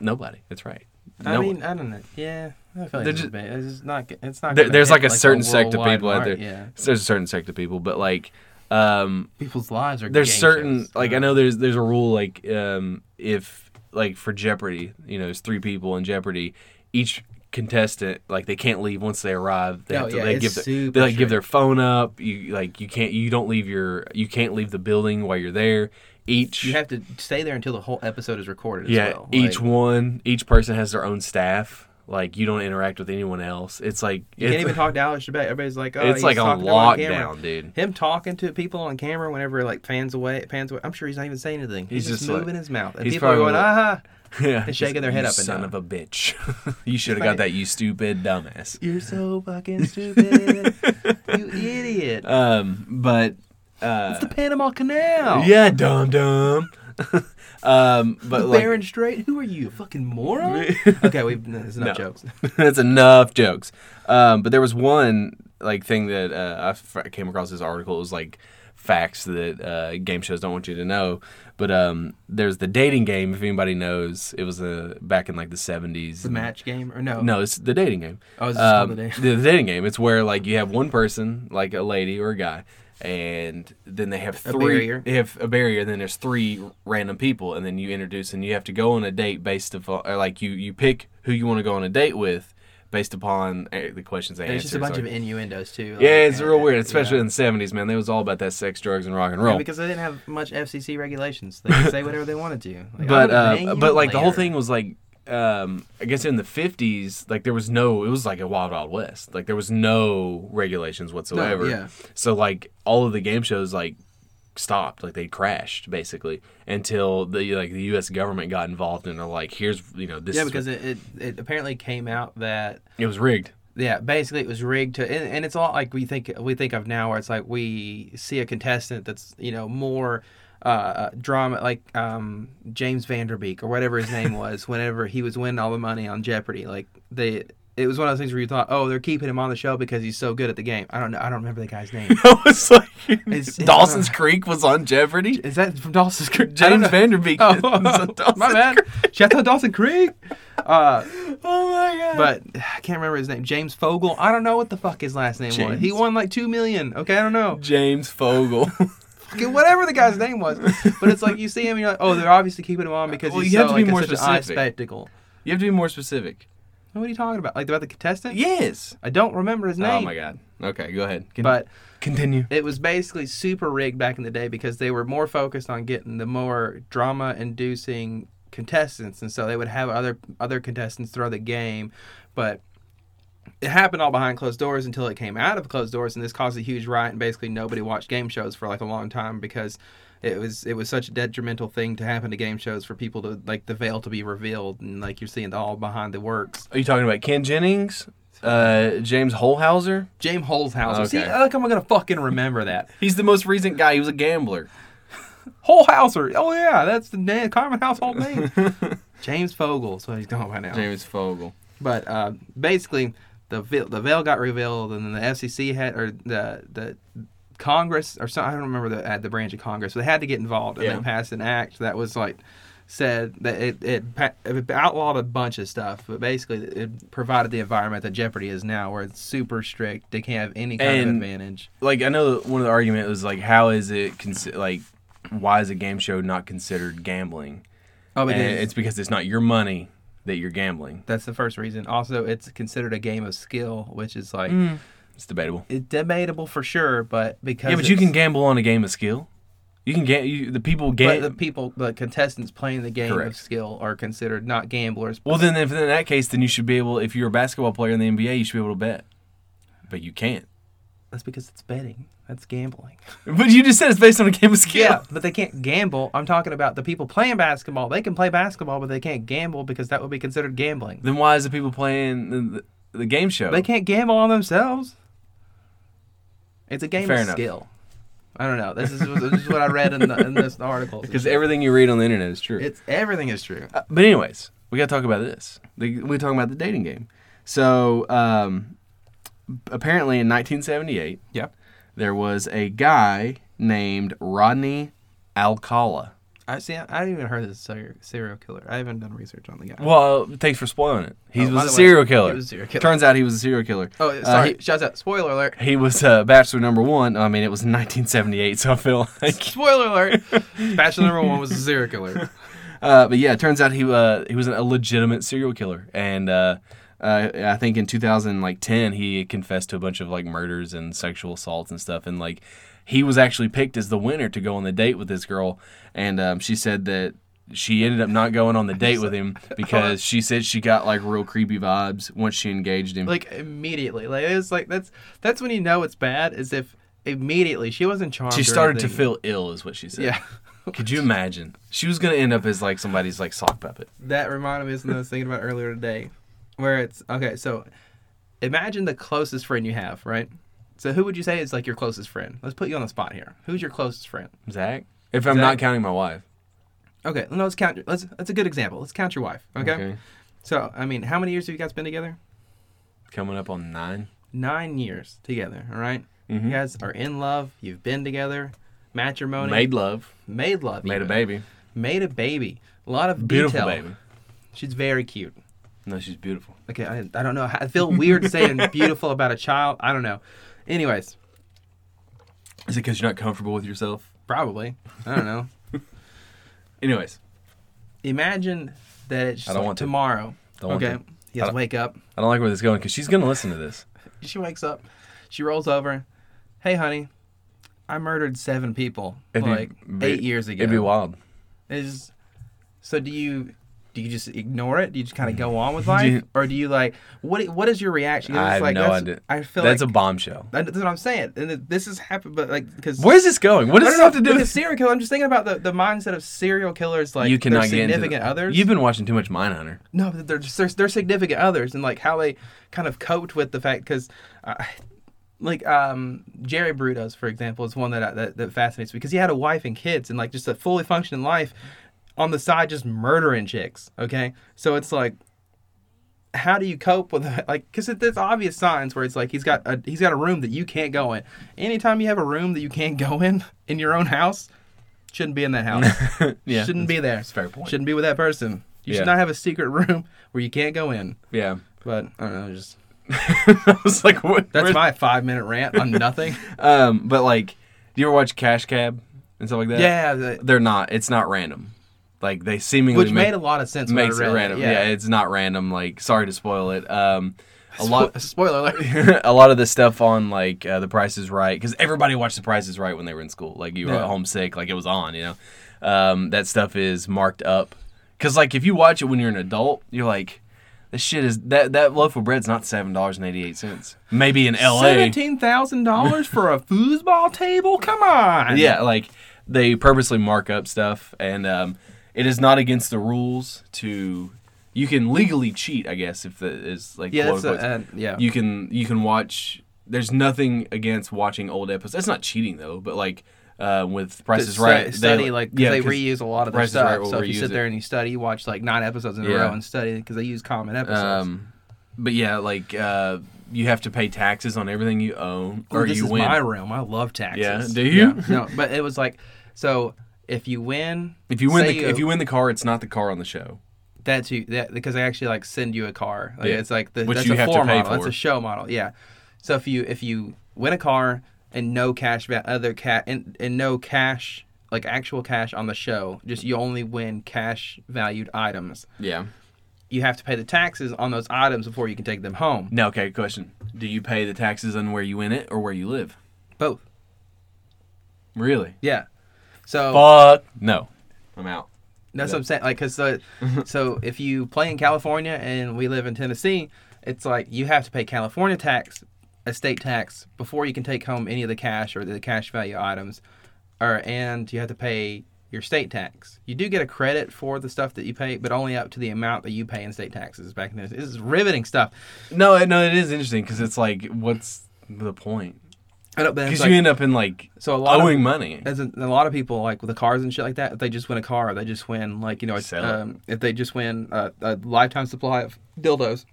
Speaker 2: Nobody. That's right.
Speaker 3: I
Speaker 2: No-
Speaker 3: mean, I don't know. Yeah, I feel like
Speaker 2: They're
Speaker 3: it's,
Speaker 2: just-
Speaker 3: just, it's just not. g- It's not.
Speaker 2: there,
Speaker 3: gonna
Speaker 2: there's like a
Speaker 3: hit,
Speaker 2: certain sect of
Speaker 3: worldwide
Speaker 2: people out there.
Speaker 3: market. Yeah,
Speaker 2: There's a certain sect of people, but like, um,
Speaker 3: people's lives are.
Speaker 2: there's
Speaker 3: game
Speaker 2: certain
Speaker 3: shows. uh-huh.
Speaker 2: like I know there's there's a rule like um if like for Jeopardy, you know, there's three people in Jeopardy, each contestant like they can't leave once they arrive. They
Speaker 3: Oh,
Speaker 2: have to
Speaker 3: yeah,
Speaker 2: they
Speaker 3: it's
Speaker 2: give their,
Speaker 3: super
Speaker 2: they like give
Speaker 3: strict.
Speaker 2: their phone up. You like you can't you don't leave your you can't leave the building while you're there. Each
Speaker 3: you have to stay there until the whole episode is recorded.
Speaker 2: yeah,
Speaker 3: as well.
Speaker 2: each
Speaker 3: Like,
Speaker 2: one each person has their own staff. Like you don't interact with anyone else. It's like
Speaker 3: You
Speaker 2: it's,
Speaker 3: can't even talk to Alex Trebek. Everybody's like, oh,
Speaker 2: it's
Speaker 3: he's
Speaker 2: like on
Speaker 3: talking to him on camera.
Speaker 2: lockdown, dude.
Speaker 3: Him talking to people on camera whenever like fans away, pans away. I'm sure he's not even saying anything. He's,
Speaker 2: He's
Speaker 3: just,
Speaker 2: just like-
Speaker 3: moving his mouth, and
Speaker 2: he's
Speaker 3: people are
Speaker 2: probably
Speaker 3: going, "Ah,
Speaker 2: Yeah,
Speaker 3: and shaking their head
Speaker 2: "You
Speaker 3: up and
Speaker 2: son
Speaker 3: down."
Speaker 2: of a bitch. you should have got
Speaker 3: like-
Speaker 2: that. You stupid dumbass.
Speaker 3: you're so fucking stupid, you idiot."
Speaker 2: Um, but uh,
Speaker 3: it's the Panama Canal.
Speaker 2: yeah, dumb dumb. um, but like
Speaker 3: Baron Strait. Who are you, fucking moron? okay, we've no, there's enough
Speaker 2: No.
Speaker 3: jokes.
Speaker 2: that's enough jokes. Um, but there was one like thing that uh, I f- came across this article. It was like facts that uh, game shows don't want you to know. But um, there's the dating game. If anybody knows, it was uh, back in like the seventies.
Speaker 3: The match game or no?
Speaker 2: No, it's the dating game.
Speaker 3: Oh, it's just called
Speaker 2: Um,
Speaker 3: the dating-
Speaker 2: the, the dating game. It's where like you have one person, like a lady or a guy, and then they have three.
Speaker 3: barrier.
Speaker 2: They have a barrier, and then there's three random people, and then you introduce, and you have to go on a date based upon, or like you you pick who you want to go on a date with, based upon eh, the questions they
Speaker 3: And
Speaker 2: answer.
Speaker 3: it's just a bunch
Speaker 2: So-
Speaker 3: of innuendos too. like,
Speaker 2: yeah, it's
Speaker 3: uh,
Speaker 2: real weird,
Speaker 3: yeah.
Speaker 2: especially in the '70s, man. They was all about that sex, drugs, and rock and
Speaker 3: Yeah,
Speaker 2: roll.
Speaker 3: because they didn't have much FCC regulations. They could say whatever they wanted to. Like, I'm
Speaker 2: but
Speaker 3: gonna bang
Speaker 2: uh,
Speaker 3: you
Speaker 2: but like the whole
Speaker 3: later.
Speaker 2: thing was like um, I guess in the fifties, like there was no, it was like a wild wild west. Like there was no regulations whatsoever.
Speaker 3: yeah.
Speaker 2: So like all of the game shows like stopped, like they crashed basically until the like the U.S. government got involved and they're like, here's you know this.
Speaker 3: Yeah,
Speaker 2: is
Speaker 3: because
Speaker 2: what-
Speaker 3: it, it, it apparently came out that
Speaker 2: it was rigged.
Speaker 3: yeah, basically it was rigged to, and, and it's a lot like we think we think of now, where it's like we see a contestant that's you know more uh, uh, drama, like um, James Vanderbeek or whatever his name was, whenever he was winning all the money on Jeopardy, like they. It was one of those things where you thought, "Oh, they're keeping him on the show because he's so good at the game." I don't know. I don't remember the guy's name.
Speaker 2: I was like,
Speaker 3: It's-
Speaker 2: Dawson's Creek was on Jeopardy.
Speaker 3: Is that from Dawson's Creek? I don't
Speaker 2: James
Speaker 3: know.
Speaker 2: Vanderbeek.
Speaker 3: Oh,
Speaker 2: is on
Speaker 3: my
Speaker 2: Dawson's
Speaker 3: bad.
Speaker 2: Creek.
Speaker 3: Shout out Dawson Creek. Uh,
Speaker 2: Oh my god.
Speaker 3: but I can't remember his name. James Fogle. I don't know what the fuck his last name was. He
Speaker 2: James.
Speaker 3: won like two million. Okay, I don't know.
Speaker 2: James Fogle.
Speaker 3: Okay, whatever the guy's name was. But it's like you see him, and you're like, oh, they're obviously keeping him on because
Speaker 2: Well,
Speaker 3: he's
Speaker 2: you
Speaker 3: so,
Speaker 2: have to be
Speaker 3: like,
Speaker 2: more
Speaker 3: such an eye
Speaker 2: specific.
Speaker 3: spectacle.
Speaker 2: you have to be more specific.
Speaker 3: What are you talking about? Like about the contestant?
Speaker 2: Yes.
Speaker 3: I don't remember his name.
Speaker 2: Oh my god. Okay, go ahead. Con-
Speaker 3: But
Speaker 2: continue.
Speaker 3: it was basically super rigged back in the day because they were more focused on getting the more drama inducing contestants and so they would have other other contestants throw the game but it happened all behind closed doors until it came out of closed doors and this caused a huge riot and basically nobody watched game shows for like a long time because it was it was such a detrimental thing to happen to game shows for people to like the veil to be revealed and like you're seeing the all behind the works
Speaker 2: Are you talking about Ken Jennings? Uh, James Holhauser?
Speaker 3: James Holzhauser see
Speaker 2: Okay.
Speaker 3: like I'm gonna fucking remember that
Speaker 2: He's the most recent guy. He was a gambler.
Speaker 3: Holhauser. Oh yeah, that's the na- common household name. James Fogle is what he's going by now.
Speaker 2: James Fogle.
Speaker 3: But uh, basically, the veil, the veil got revealed, and then the FCC had or the the Congress or some, I don't remember the uh, the branch of Congress, but they had to get involved and
Speaker 2: Yeah.
Speaker 3: they passed an act that was like said that it it, pa- it outlawed a bunch of stuff, but basically it provided the environment that Jeopardy is now, where it's super strict. They can't have any kind of
Speaker 2: And-
Speaker 3: advantage.
Speaker 2: Like I know that one of the argument was like, how is it consi- like, why is a game show not considered gambling?
Speaker 3: Oh,
Speaker 2: And
Speaker 3: it's-
Speaker 2: it's because it's not your money that you're gambling.
Speaker 3: That's the first reason. Also, it's considered a game of skill, which is like
Speaker 2: It's debatable.
Speaker 3: it's debatable for sure, but because
Speaker 2: Yeah, but you
Speaker 3: it's-
Speaker 2: can gamble on a game of skill. You can get you, the people
Speaker 3: But
Speaker 2: get.
Speaker 3: the people, the contestants playing the game
Speaker 2: Correct.
Speaker 3: of skill are considered not gamblers.
Speaker 2: well, then if in that case, then you should be able. If you're a basketball player in the NBA, you should be able to bet, but you can't.
Speaker 3: That's because it's betting. That's gambling.
Speaker 2: But you just said it's based on a game of skill.
Speaker 3: Yeah, but they can't gamble. I'm talking about the people playing basketball. They can play basketball, but they can't gamble because that would be considered gambling.
Speaker 2: Then why is the people playing the, the, the game show?
Speaker 3: They can't gamble on themselves. It's a game
Speaker 2: Fair
Speaker 3: of
Speaker 2: enough.
Speaker 3: skill. I don't know. This is, this is what I read in, the, in this article.
Speaker 2: because everything you read on the internet is true.
Speaker 3: it's everything is true.
Speaker 2: Uh, but anyways, we gotta talk about this. The, we're talking about the dating game. So um, apparently, in 1978,
Speaker 3: Yeah,
Speaker 2: there was a guy named Rodney Alcala.
Speaker 3: I see. I haven't even heard of this serial- serial killer. I haven't done research on the guy.
Speaker 2: Well, thanks for spoiling it. He
Speaker 3: Oh, by
Speaker 2: was
Speaker 3: the
Speaker 2: a
Speaker 3: way,
Speaker 2: serial killer.
Speaker 3: he was a serial killer.
Speaker 2: Turns out he was a serial killer.
Speaker 3: oh,
Speaker 2: Uh,
Speaker 3: sorry. Shouts out. Spoiler alert.
Speaker 2: he, he was uh, bachelor number one. I mean, it was 1978, so I feel like
Speaker 3: Spoiler alert. Bachelor number one was a serial killer.
Speaker 2: Uh, but yeah, it turns out he uh, he was a legitimate serial killer, and uh, uh, I think in 2010 he confessed to a bunch of like murders and sexual assaults and stuff, and like he was actually picked as the winner to go on the date with this girl, and um, she said that she ended up not going on the date with him because she said she got like real creepy vibes once she engaged him.
Speaker 3: Like immediately. Like it's like that's that's when you know it's bad. Is if immediately she wasn't charmed.
Speaker 2: she
Speaker 3: or
Speaker 2: started to
Speaker 3: anything.
Speaker 2: feel ill, is what she said.
Speaker 3: Yeah.
Speaker 2: Could you imagine? She was gonna end up as like somebody's like sock puppet.
Speaker 3: That reminded me of something I was thinking about earlier today, where it's okay. So, imagine the closest friend you have, right? So, who would you say is like your closest friend? Let's put you on the spot here. Who's your closest friend?
Speaker 2: Zach, if I'm not counting my wife.
Speaker 3: Okay, no, let's count. Let's. That's a good example. Let's count your wife. Okay.
Speaker 2: Okay.
Speaker 3: So, I mean, how many years have you guys been together?
Speaker 2: Coming up on nine.
Speaker 3: Nine years together. All right?
Speaker 2: Mm-hmm.
Speaker 3: You guys are in love. You've been together. Matrimony.
Speaker 2: Made love.
Speaker 3: made love.
Speaker 2: Made a
Speaker 3: even.
Speaker 2: baby.
Speaker 3: Made a baby. A lot of
Speaker 2: Beautiful
Speaker 3: detail.
Speaker 2: baby.
Speaker 3: She's very cute.
Speaker 2: No, she's beautiful.
Speaker 3: Okay, I, I don't know. I feel weird saying beautiful about a child. I don't know. Anyways,
Speaker 2: Is it because you're not comfortable with yourself?
Speaker 3: probably. I don't know.
Speaker 2: Anyways,
Speaker 3: Imagine that it's
Speaker 2: I
Speaker 3: just
Speaker 2: don't
Speaker 3: like
Speaker 2: want to.
Speaker 3: tomorrow.
Speaker 2: Don't want
Speaker 3: okay,
Speaker 2: to.
Speaker 3: you
Speaker 2: I
Speaker 3: guys
Speaker 2: don't-
Speaker 3: wake up.
Speaker 2: I don't like where this is going because she's gonna listen to this.
Speaker 3: She wakes up. She rolls over. Hey, honey, I murdered seven people
Speaker 2: It'd be
Speaker 3: like
Speaker 2: ve-
Speaker 3: eight years ago.
Speaker 2: It'd be wild.
Speaker 3: Is so? Do you do you just ignore it? Do you just kind of go on with life,
Speaker 2: you-
Speaker 3: or do you like what? What is your reaction? You're
Speaker 2: I
Speaker 3: just
Speaker 2: have
Speaker 3: like,
Speaker 2: no
Speaker 3: that's-
Speaker 2: idea.
Speaker 3: I feel
Speaker 2: that's
Speaker 3: like
Speaker 2: a bombshell.
Speaker 3: that's what I'm saying. And th- this has happened, but like because
Speaker 2: Where is this going? What
Speaker 3: I
Speaker 2: does this
Speaker 3: don't know,
Speaker 2: have to do
Speaker 3: with a
Speaker 2: with?
Speaker 3: serial killer. I'm just thinking about the, the mindset of serial killers, like
Speaker 2: You cannot
Speaker 3: their
Speaker 2: get into
Speaker 3: significant
Speaker 2: the-
Speaker 3: others.
Speaker 2: You've been watching too much Mindhunter.
Speaker 3: no, but they're just, they're, they're significant others, and like how they kind of coped with the fact because, uh, like um, Jerry Brudos, for example, is one that, I, that that fascinates me because he had a wife and kids and like just a fully functioning life, on the side just murdering chicks. Okay, so it's like. How do you cope with that? Like, because there's obvious signs where it's like he's got a he's got a room that you can't go in. Anytime you have a room that you can't go in in your own house, shouldn't be in that house.
Speaker 2: Yeah,
Speaker 3: shouldn't be there.
Speaker 2: fair point.
Speaker 3: Shouldn't be with that person. You
Speaker 2: Yeah.
Speaker 3: should not have a secret room where you can't go in.
Speaker 2: Yeah,
Speaker 3: But I don't know, just
Speaker 2: I was like, what?
Speaker 3: that's
Speaker 2: where-
Speaker 3: my five minute rant on nothing.
Speaker 2: Um, but like, do you ever watch Cash Cab and stuff like that?
Speaker 3: yeah, the-
Speaker 2: they're not. It's not random. Like they seemingly
Speaker 3: which
Speaker 2: make-
Speaker 3: made a lot of sense. when I
Speaker 2: makes it
Speaker 3: read
Speaker 2: random. Yeah. it's not random. Like, sorry to spoil it. Um, a lot.
Speaker 3: Spo- spoiler alert.
Speaker 2: a lot of the stuff on like uh, the Price is Right because everybody watched the Price is Right when they were in school. Like you were
Speaker 3: Yeah.
Speaker 2: homesick, like it was on. You know, um, that stuff is marked up because like if you watch it when you're an adult, you're like, this shit is that that loaf of bread's not seven dollars and eighty eight cents. Maybe in L.A.
Speaker 3: Seventeen thousand dollars for a foosball table? Come on.
Speaker 2: Yeah, like they purposely mark up stuff, and um, it is not against the rules to. You can legally cheat, I guess, if it is like
Speaker 3: Yeah, that's
Speaker 2: quote,
Speaker 3: a-
Speaker 2: unquote.
Speaker 3: uh, yeah.
Speaker 2: You can you can watch. There's nothing against watching old episodes. That's not cheating though, but like uh, with Price is
Speaker 3: Stu-
Speaker 2: Right,
Speaker 3: study like 'cause they
Speaker 2: 'cause
Speaker 3: reuse a lot of their
Speaker 2: Price is Right
Speaker 3: stuff.
Speaker 2: will
Speaker 3: so if you
Speaker 2: reuse
Speaker 3: sit
Speaker 2: it.
Speaker 3: there and you study, you watch like nine episodes in a
Speaker 2: Yeah.
Speaker 3: row and study because they use common episodes.
Speaker 2: Um, but yeah, like uh, you have to pay taxes on everything you own,
Speaker 3: Ooh,
Speaker 2: or
Speaker 3: this
Speaker 2: you
Speaker 3: is
Speaker 2: win.
Speaker 3: my realm. I love taxes.
Speaker 2: Yeah, do you?
Speaker 3: no, but it was like so. If you win,
Speaker 2: if you win
Speaker 3: say
Speaker 2: the if you win the car, it's not the car on the show.
Speaker 3: That's who that because they actually like send you a car. Like
Speaker 2: Yeah.
Speaker 3: it's like the,
Speaker 2: Which
Speaker 3: that's
Speaker 2: you
Speaker 3: a
Speaker 2: have to
Speaker 3: floor
Speaker 2: pay
Speaker 3: model. That's
Speaker 2: for.
Speaker 3: a show model. Yeah. So if you if you win a car and no cash va- other cat and, and no cash like actual cash on the show, just you only win cash valued items.
Speaker 2: Yeah.
Speaker 3: You have to pay the taxes on those items before you can take them home.
Speaker 2: Now, okay, question: Do you pay the taxes on where you win it or where you live?
Speaker 3: Both.
Speaker 2: Really?
Speaker 3: Yeah. So
Speaker 2: Fuck no. I'm out.
Speaker 3: That's what I'm saying. Like, cause the,
Speaker 2: Mm-hmm.
Speaker 3: so if you play in California and we live in Tennessee, it's like you have to pay California tax, estate tax before you can take home any of the cash or the cash value items, or and you have to pay your state tax. You do get a credit for the stuff that you pay, but only up to the amount that you pay in state taxes. Back in this, this is riveting stuff.
Speaker 2: No, it- no, it is interesting because it's like, what's the point?
Speaker 3: I don't- but it's
Speaker 2: Because
Speaker 3: like-
Speaker 2: you end up in like
Speaker 3: so a lot of-
Speaker 2: owing money.
Speaker 3: As a, a lot of people like with the cars and shit like that, if they just win a car, they just win like you know, it's,
Speaker 2: Sell it.
Speaker 3: um, if they just win a, a lifetime supply of dildos.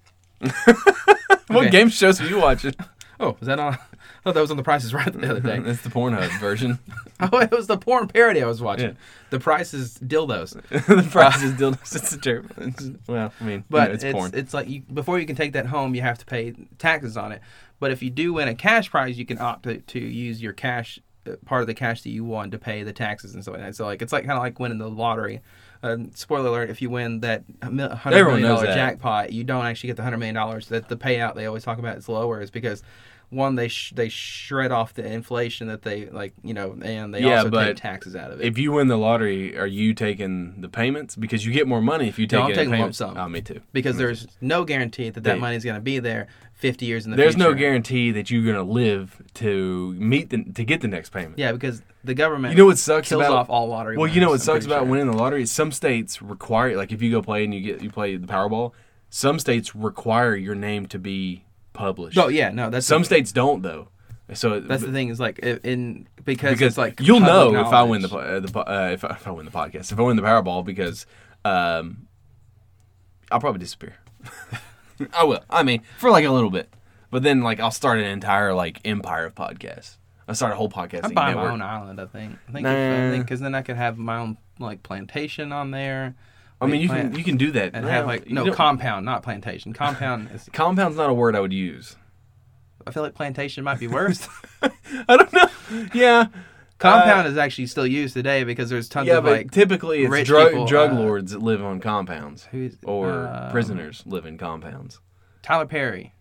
Speaker 2: What
Speaker 3: okay.
Speaker 2: game shows are you watching?
Speaker 3: Oh, was that on? I thought that was on The Price is Right the other day.
Speaker 2: it's the Pornhub version.
Speaker 3: oh, it was the porn parody I was watching.
Speaker 2: Yeah.
Speaker 3: The Price is dildos,
Speaker 2: the price is dildos. It's a terrible. It's, well, I mean,
Speaker 3: but
Speaker 2: you know,
Speaker 3: it's
Speaker 2: it's, porn.
Speaker 3: it's, like you, before you can take that home, you have to pay taxes on it. But if you do win a cash prize, you can opt to, to use your cash uh, part of the cash that you won to pay the taxes and so on. So like it's like kind of like winning the lottery. Um, spoiler alert: If you win that mil- hundred
Speaker 2: Everyone
Speaker 3: million
Speaker 2: knows
Speaker 3: dollar
Speaker 2: that.
Speaker 3: jackpot, you don't actually get the hundred million dollars. That the payout they always talk about is lower, is because one they sh- they shred off the inflation that they like you know, and they
Speaker 2: Yeah,
Speaker 3: also
Speaker 2: but
Speaker 3: take taxes out of it.
Speaker 2: if you win the lottery, are you taking the payments? Because you get more money if you take
Speaker 3: No, I'm
Speaker 2: it in
Speaker 3: taking lump
Speaker 2: payments.
Speaker 3: sum.
Speaker 2: Oh, me too.
Speaker 3: because there's no guarantee that that
Speaker 2: They-
Speaker 3: money is going to be there 50 years in the
Speaker 2: There's
Speaker 3: future.
Speaker 2: no guarantee that you're gonna live to meet the to get the next payment.
Speaker 3: Yeah, because the government
Speaker 2: You know what sucks
Speaker 3: kills
Speaker 2: about
Speaker 3: off all lottery.
Speaker 2: Well, you know what
Speaker 3: winners, I'm
Speaker 2: sucks
Speaker 3: pretty
Speaker 2: about
Speaker 3: sure.
Speaker 2: winning the lottery is some states require like if you go play and you get you play the Powerball, some states require your name to be published.
Speaker 3: Oh yeah, no, that's
Speaker 2: Some
Speaker 3: the,
Speaker 2: states don't though. So
Speaker 3: that's the thing is like i- in because, it's like
Speaker 2: you'll
Speaker 3: public
Speaker 2: know if I win the
Speaker 3: knowledge.
Speaker 2: po- uh, the po- uh, if, I, if I win the podcast if I win the Powerball because um, I'll probably disappear. I will. I mean, for like a little bit, but then like I'll start an entire like empire of podcasts. I start a whole podcast.
Speaker 3: I'm buying my own island. I think. I think
Speaker 2: Nah.
Speaker 3: because then I could have my own like plantation on there.
Speaker 2: I mean, you
Speaker 3: plant
Speaker 2: can you can do that
Speaker 3: and
Speaker 2: Nah,
Speaker 3: have like
Speaker 2: you
Speaker 3: no
Speaker 2: don't-
Speaker 3: compound, not plantation. Compound is.
Speaker 2: compound's not a word I would use.
Speaker 3: I feel like plantation might be worse.
Speaker 2: Uh, I don't know. Yeah,
Speaker 3: compound is actually still used today because there's tons
Speaker 2: yeah,
Speaker 3: of
Speaker 2: but
Speaker 3: like
Speaker 2: typically it's
Speaker 3: rich
Speaker 2: drug
Speaker 3: people,
Speaker 2: drug
Speaker 3: uh,
Speaker 2: lords that live on compounds,
Speaker 3: who's-
Speaker 2: or
Speaker 3: um,
Speaker 2: prisoners live in compounds.
Speaker 3: Tyler Perry.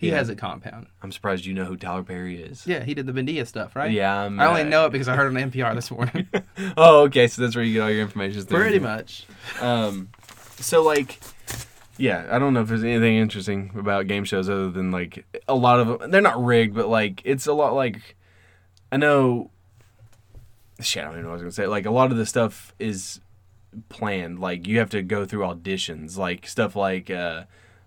Speaker 3: He
Speaker 2: Yeah.
Speaker 3: has a compound.
Speaker 2: I'm surprised you know who Tyler Perry is.
Speaker 3: Yeah, he did the Bendia stuff, right?
Speaker 2: Yeah, I'm,
Speaker 3: I only
Speaker 2: uh,
Speaker 3: know it because I heard it on NPR this morning.
Speaker 2: Oh, okay. So that's where you get all your information.
Speaker 3: Pretty much.
Speaker 2: Um, so like, yeah, I don't know if there's anything interesting about game shows other than like a lot of them. They're not rigged, but like it's a lot like I know. Shit, I don't even know what I was gonna say. Like a lot of the stuff is planned. Like you have to go through auditions. Like stuff like uh,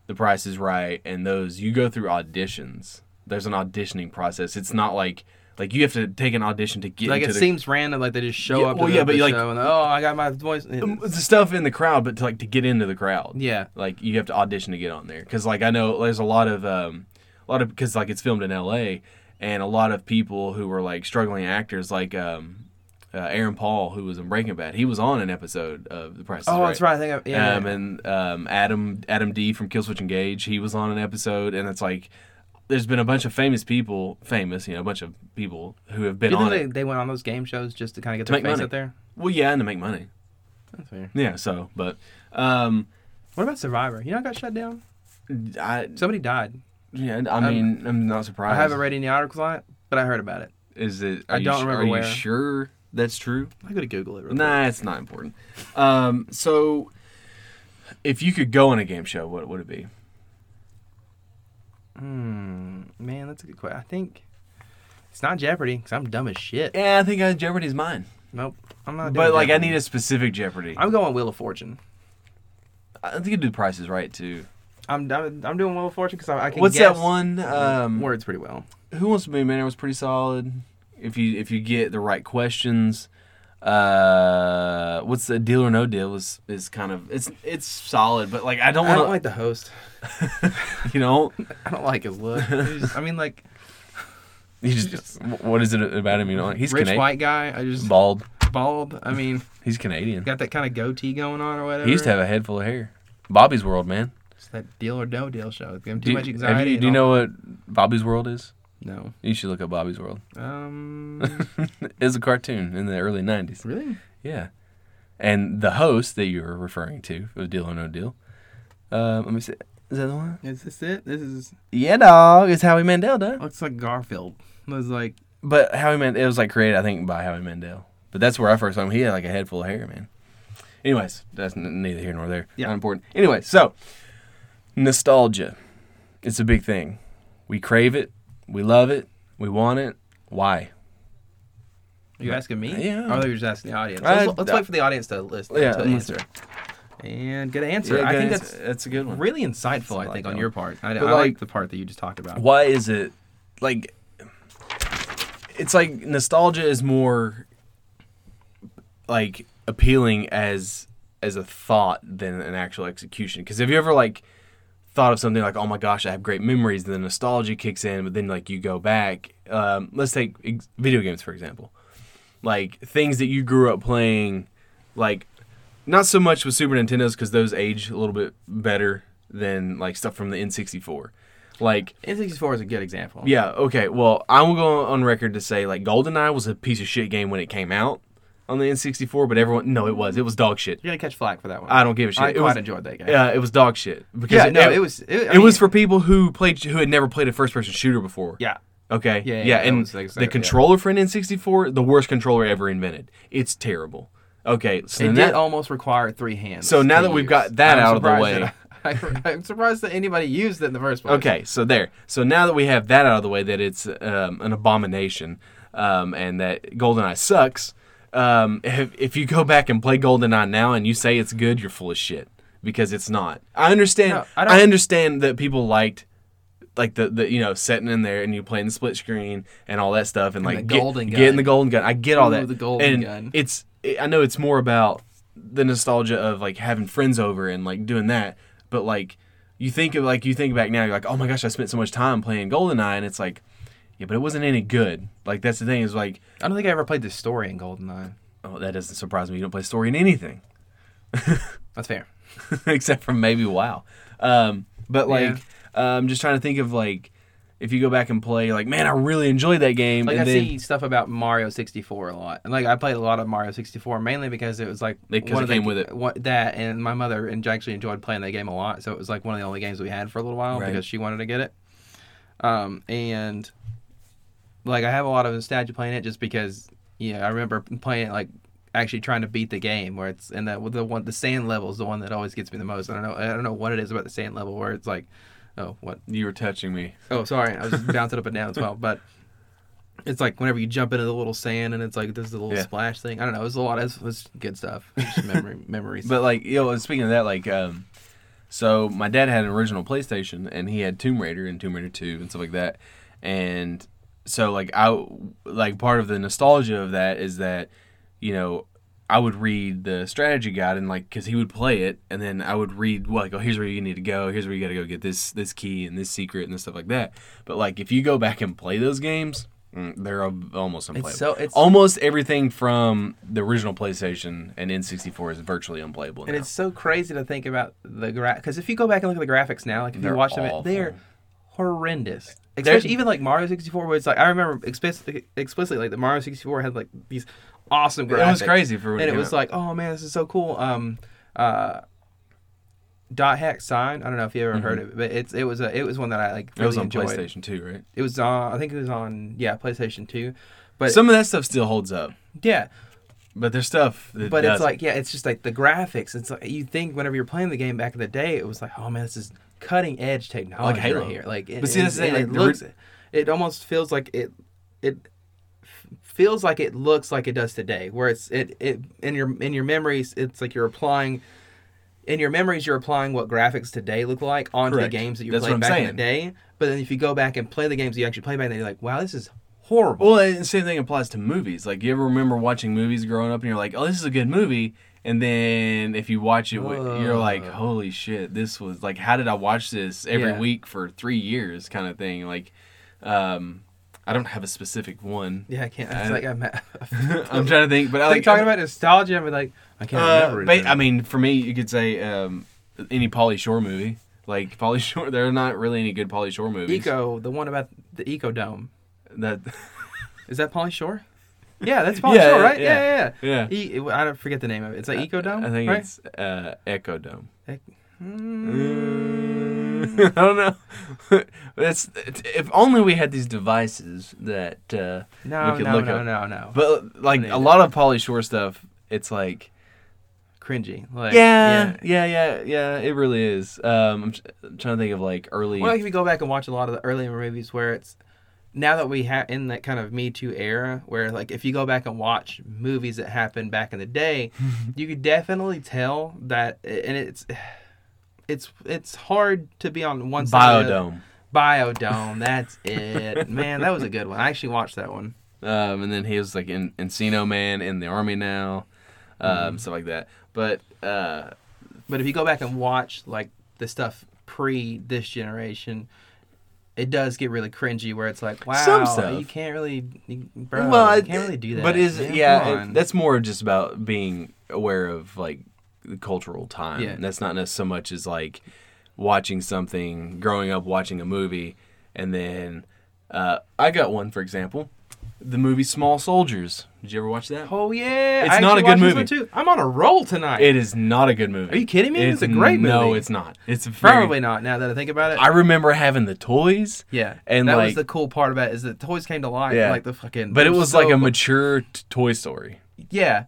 Speaker 2: The Price is Right and those. You go through auditions. There's an auditioning process. It's not like like you have to take an audition to get
Speaker 3: Like
Speaker 2: into
Speaker 3: it
Speaker 2: the
Speaker 3: seems random, like they just show
Speaker 2: Yeah,
Speaker 3: up to
Speaker 2: well,
Speaker 3: the,
Speaker 2: yeah, but
Speaker 3: the
Speaker 2: you, like-
Speaker 3: show and oh, I got my voice. It's-
Speaker 2: the stuff in the crowd, but to, like to get into the crowd.
Speaker 3: Yeah.
Speaker 2: like you have to audition to get on there because like I know there's a lot of um, a lot of because like it's filmed in L.A. and a lot of people who were like struggling actors like um, uh, Aaron Paul who was in Breaking Bad he was on an episode of The Price. is
Speaker 3: Oh, that's right. I think I, yeah.
Speaker 2: um, and um, Adam Adam D from Killswitch Engage, he was on an episode, and it's like there's been a bunch of famous people, famous, you know, a bunch of people who have been
Speaker 3: Do you
Speaker 2: on
Speaker 3: think they,
Speaker 2: it.
Speaker 3: they went on those game shows just to kind of get
Speaker 2: To
Speaker 3: their
Speaker 2: make
Speaker 3: face
Speaker 2: money.
Speaker 3: out there?
Speaker 2: Well, yeah, and to make money,
Speaker 3: That's fair.
Speaker 2: yeah. So, but um,
Speaker 3: What about Survivor? You know, I got shut down.
Speaker 2: I
Speaker 3: Somebody died.
Speaker 2: Yeah, I mean, I'm not surprised.
Speaker 3: Um, I haven't read any articles on it, but I heard about it.
Speaker 2: Is it? Are
Speaker 3: I don't
Speaker 2: you, su-
Speaker 3: remember
Speaker 2: Are
Speaker 3: where.
Speaker 2: you sure that's true?
Speaker 3: I could Google it. Real
Speaker 2: Nah, it's not important. Um, so, if you could go on a game show, what would it be?
Speaker 3: quick. Hmm. Man, that's a good question. I think it's not Jeopardy because I'm dumb as shit.
Speaker 2: Yeah, I think uh, Jeopardy's mine.
Speaker 3: Nope, I'm not. doing
Speaker 2: But like, I
Speaker 3: Jeopardy.
Speaker 2: need a specific Jeopardy. i
Speaker 3: I'm going Wheel of Fortune.
Speaker 2: think you do prices right too.
Speaker 3: I'm I'm, I'm doing Wheel of Fortune because I, I can.
Speaker 2: What's
Speaker 3: guess
Speaker 2: that one? Um,
Speaker 3: Words pretty well.
Speaker 2: Who wants to be a millionaire was pretty solid. If you if you get the right questions, uh, what's the deal or no deal is is kind of it's it's solid, but like I don't
Speaker 3: I don't
Speaker 2: want
Speaker 3: like the host.
Speaker 2: you know
Speaker 3: I don't like his look. He's- I mean, like
Speaker 2: He just, what is it about him? You know, he's
Speaker 3: rich
Speaker 2: Canadian,
Speaker 3: white guy. I just
Speaker 2: bald.
Speaker 3: bald. I mean,
Speaker 2: He's Canadian.
Speaker 3: got that kind of goatee going on or whatever.
Speaker 2: He used to have a head full of hair. Bobby's World, man.
Speaker 3: It's that deal or no deal show. Give him too
Speaker 2: Do you,
Speaker 3: much
Speaker 2: have
Speaker 3: anxiety.
Speaker 2: you-
Speaker 3: and
Speaker 2: do you know
Speaker 3: all-
Speaker 2: what Bobby's World is?
Speaker 3: No.
Speaker 2: You should look up Bobby's World.
Speaker 3: Um.
Speaker 2: it's a cartoon in the early '90s.
Speaker 3: really?
Speaker 2: Yeah, and the host that you were referring to was Deal or No Deal. Um, let me see. Is that the one?
Speaker 3: Is this it? This is
Speaker 2: Yeah, dog. It's Howie Mandel, dog.
Speaker 3: looks like Garfield. It was like
Speaker 2: But Howie Mandel, it was like created, I think, by Howie Mandel. But that's where I first saw him. He had like a head full of hair, man. Anyways, that's n- neither here nor there.
Speaker 3: Yeah.
Speaker 2: Not important. Anyway, so nostalgia. It's a big thing. We crave it. We love it. We want it. Why?
Speaker 3: Are you asking me?
Speaker 2: Yeah.
Speaker 3: Or are you just asking the audience?
Speaker 2: I-
Speaker 3: Let's, let's wait for the audience to listen
Speaker 2: Yeah,
Speaker 3: to
Speaker 2: I'm
Speaker 3: answer. And good answer.
Speaker 2: Yeah,
Speaker 3: I
Speaker 2: good
Speaker 3: think
Speaker 2: answer.
Speaker 3: that's
Speaker 2: that's a good one.
Speaker 3: really insightful.
Speaker 2: That's a
Speaker 3: I think
Speaker 2: lot
Speaker 3: on
Speaker 2: going.
Speaker 3: your part. I, I
Speaker 2: But,
Speaker 3: like,
Speaker 2: like,
Speaker 3: the part that you just talked about.
Speaker 2: why is it like it's like nostalgia is more like appealing as as a thought than an actual execution because have you ever like thought of something like oh my gosh i have great memories then nostalgia kicks in but then like you go back um, let's take ex- video games for example like things that you grew up playing like not so much with super nintendos because those age a little bit better than like stuff from the n64 like
Speaker 3: N64 is a good example.
Speaker 2: yeah, okay. Well, I will go on record to say like GoldenEye was a piece of shit game when it came out on the N64, but everyone no, it was. It was dog shit.
Speaker 3: You're gonna catch flack for that one.
Speaker 2: I don't give a shit.
Speaker 3: I
Speaker 2: it
Speaker 3: quite
Speaker 2: was,
Speaker 3: enjoyed that game.
Speaker 2: Yeah, it was dog shit because
Speaker 3: Yeah, no, it was- it- I
Speaker 2: It,
Speaker 3: mean-
Speaker 2: was for people who played who had never played a first person shooter before.
Speaker 3: Yeah.
Speaker 2: Okay.
Speaker 3: Yeah, yeah, that
Speaker 2: and
Speaker 3: was exactly-
Speaker 2: the controller for an N64, the worst controller ever invented. It's terrible. Okay. So
Speaker 3: It
Speaker 2: then
Speaker 3: did
Speaker 2: that,
Speaker 3: almost require three hands.
Speaker 2: So now
Speaker 3: to
Speaker 2: that we've
Speaker 3: use.
Speaker 2: got that
Speaker 3: I'm
Speaker 2: out of the
Speaker 3: surprised
Speaker 2: way-
Speaker 3: that I, am surprised that anybody used it in the first place.
Speaker 2: Okay, so there. So now that we have that out of the way, that it's um, an abomination um, and that GoldenEye sucks, um, if, if you go back and play GoldenEye now and you say it's good, you're full of shit because it's not. I understand.
Speaker 3: No, I
Speaker 2: I,
Speaker 3: don't-
Speaker 2: understand that people liked. Like the, the you know sitting in there and you playing the split screen and all that stuff and like
Speaker 3: the
Speaker 2: get-
Speaker 3: golden gun.
Speaker 2: getting the golden gun I get all
Speaker 3: Ooh,
Speaker 2: that
Speaker 3: the golden
Speaker 2: and
Speaker 3: gun.
Speaker 2: it's I know it's more about the nostalgia of like having friends over and like doing that, but like you think of like you think back now, you're like, oh my gosh, I spent so much time playing GoldenEye, and it's like, yeah, but it wasn't any good. Like that's the thing is like,
Speaker 3: I don't think I ever played the story in GoldenEye.
Speaker 2: oh that doesn't surprise me. You don't play story in anything
Speaker 3: That's fair.
Speaker 2: except for maybe WoW. Um, but
Speaker 3: Yeah.
Speaker 2: like, I'm just trying to think of like if you go back and play, like man, I really enjoyed that game.
Speaker 3: Like
Speaker 2: and
Speaker 3: I
Speaker 2: then,
Speaker 3: see stuff about Mario 64 a lot, and like I played a lot of Mario 64 mainly because it was like
Speaker 2: Because it
Speaker 3: one of the-
Speaker 2: came with it.
Speaker 3: What, that and my mother and actually enjoyed playing that game a lot, so it was like one of the only games we had for a little while
Speaker 2: Right.
Speaker 3: because she wanted to get it. Um, and like I have a lot of nostalgia playing it just because yeah I remember playing it like actually trying to beat the game where it's and that the one the sand level is the one that always gets me the most. I don't know I don't know what it is about the sand level where it's like oh what
Speaker 2: you were touching me.
Speaker 3: Oh, sorry. I was just bouncing up and down as well. But it's like whenever you jump into the little sand and it's like there's the little
Speaker 2: Yeah.
Speaker 3: splash thing. I don't know. It was a lot of it was good stuff. It was Just memory, memories.
Speaker 2: But like, you know, speaking of that, like, um, so my dad had an original PlayStation, and he had Tomb Raider and Tomb Raider Two and stuff like that, and so like I like part of the nostalgia of that is that you know I would read the strategy guide and like because he would play it, and then I would read well, like, oh, here's where you need to go, here's where you got to go get this this key and this secret and this stuff like that. But like, if you go back and play those games. mm, They're al- almost unplayable.
Speaker 3: so- it's-
Speaker 2: almost everything from the original PlayStation and N64 is virtually unplayable.
Speaker 3: and
Speaker 2: now.
Speaker 3: it's so crazy to think about the graph because if you go back and look at the graphics now, like if
Speaker 2: They're
Speaker 3: you watch them,
Speaker 2: awful.
Speaker 3: they're horrendous.
Speaker 2: They're-
Speaker 3: Especially even like Mario 64, where it's like I remember explicitly, explicitly like the Mario 64 had like these awesome graphics.
Speaker 2: was crazy for when it
Speaker 3: and it
Speaker 2: came
Speaker 3: was
Speaker 2: out.
Speaker 3: like, oh man, this is so cool. Um, uh, dot hack sign. I don't know if you ever heard of it, but it's it was a it was one that I like.
Speaker 2: Mm-hmm. It was
Speaker 3: really
Speaker 2: on
Speaker 3: enjoyed.
Speaker 2: PlayStation 2, right?
Speaker 3: It was on. I think it was on yeah PlayStation 2, but
Speaker 2: Some of that stuff still holds up,
Speaker 3: yeah,
Speaker 2: but there's stuff that
Speaker 3: but it's
Speaker 2: doesn't.
Speaker 3: like yeah, it's just like the graphics. It's like you think whenever you're playing the game back in the day, it was like oh man, this is cutting edge technology
Speaker 2: Like Halo.
Speaker 3: right here. Like it,
Speaker 2: But see, that's the
Speaker 3: it,
Speaker 2: thing,
Speaker 3: it
Speaker 2: like, the
Speaker 3: looks,
Speaker 2: re-
Speaker 3: it almost feels like it it f- feels like it looks like it does today, where it's it it in your in your memories, it's like you're applying. In your memories, you're applying what graphics today look like onto
Speaker 2: Correct.
Speaker 3: the games that you
Speaker 2: That's what I'm
Speaker 3: played back in
Speaker 2: saying.
Speaker 3: the day. But then if you go back and play the games you actually play back then, you're like, wow, this is horrible.
Speaker 2: well, and the same thing applies to movies. Like you ever remember watching movies growing up, and you're like, "Oh, this is a good movie," and then if you watch it, wi- you're like,
Speaker 3: Ugh.
Speaker 2: "Holy shit, this was like, how did I watch this every
Speaker 3: Yeah.
Speaker 2: week for three years?" Kind of thing. Like, um, I don't have a specific one.
Speaker 3: Yeah, I can't.
Speaker 2: I-
Speaker 3: It's like I'm,
Speaker 2: I'm trying to think, but I
Speaker 3: like
Speaker 2: like
Speaker 3: talking about nostalgia. I'm like, I can't
Speaker 2: Uh,
Speaker 3: remember.
Speaker 2: ba-
Speaker 3: anything.
Speaker 2: I mean, for me, you could say um, any Polly Shore movie. Like Polly Shore, there are not really any good Polly Shore movies.
Speaker 3: Eco, the one about the Eco Dome.
Speaker 2: That
Speaker 3: Is that Polly Shore? Yeah, that's Polly
Speaker 2: Yeah,
Speaker 3: Shore,
Speaker 2: yeah,
Speaker 3: right?
Speaker 2: yeah.
Speaker 3: Yeah, yeah,
Speaker 2: yeah,
Speaker 3: E- I don't forget the name
Speaker 2: uh,
Speaker 3: of it. It's like Eco Dome.
Speaker 2: I think
Speaker 3: right?
Speaker 2: it's uh, Echo Dome.
Speaker 3: Ec- Mm,
Speaker 2: I don't know. That's if only we had these devices that uh,
Speaker 3: No,
Speaker 2: we could
Speaker 3: no,
Speaker 2: look
Speaker 3: no,
Speaker 2: up.
Speaker 3: no, no.
Speaker 2: But like
Speaker 3: need
Speaker 2: a lot of Polly Shore stuff, it's like
Speaker 3: Cringy. Like,
Speaker 2: yeah, yeah, yeah, yeah. It really is. Um, I'm, tr- I'm trying to think of like early.
Speaker 3: Well, like if you go back and watch a lot of the earlier movies where it's now that we have in that kind of Me Too era, where like if you go back and watch movies that happened back in the day, you could definitely tell that, and it's it's it's hard to be on one side. of the-
Speaker 2: Biodome.
Speaker 3: Biodome, that's it. Man, that was a good one. I actually watched that one.
Speaker 2: Um, and then he was like in Encino Man in the army now, um, stuff like that. But uh,
Speaker 3: But if you go back and watch like the stuff pre this generation, it does get really cringy. Where it's like, wow,
Speaker 2: Some stuff.
Speaker 3: you can't really, you- bro,
Speaker 2: well,
Speaker 3: you
Speaker 2: it-
Speaker 3: can't really do that.
Speaker 2: But is
Speaker 3: man, come
Speaker 2: yeah,
Speaker 3: on.
Speaker 2: it, that's more just about being aware of like the cultural time.
Speaker 3: Yeah.
Speaker 2: That's not as so much as like watching something, growing up watching a movie, and then uh, I got one for example, the movie Small Soldiers. Did you ever watch that?
Speaker 3: Oh yeah,
Speaker 2: It's
Speaker 3: I
Speaker 2: not
Speaker 3: actually
Speaker 2: a good
Speaker 3: watched this
Speaker 2: movie.
Speaker 3: one, too. I'm on a roll tonight.
Speaker 2: It is not a good movie.
Speaker 3: Are you kidding me? It's a great
Speaker 2: No,
Speaker 3: movie.
Speaker 2: it's not. It's very,
Speaker 3: Probably not. Now that I think about it,
Speaker 2: I remember having the toys.
Speaker 3: yeah,
Speaker 2: and
Speaker 3: that
Speaker 2: like
Speaker 3: was the cool part about it is that the toys came to life.
Speaker 2: Yeah.
Speaker 3: like the fucking.
Speaker 2: But it was like
Speaker 3: so-
Speaker 2: a mature t- Toy Story.
Speaker 3: yeah.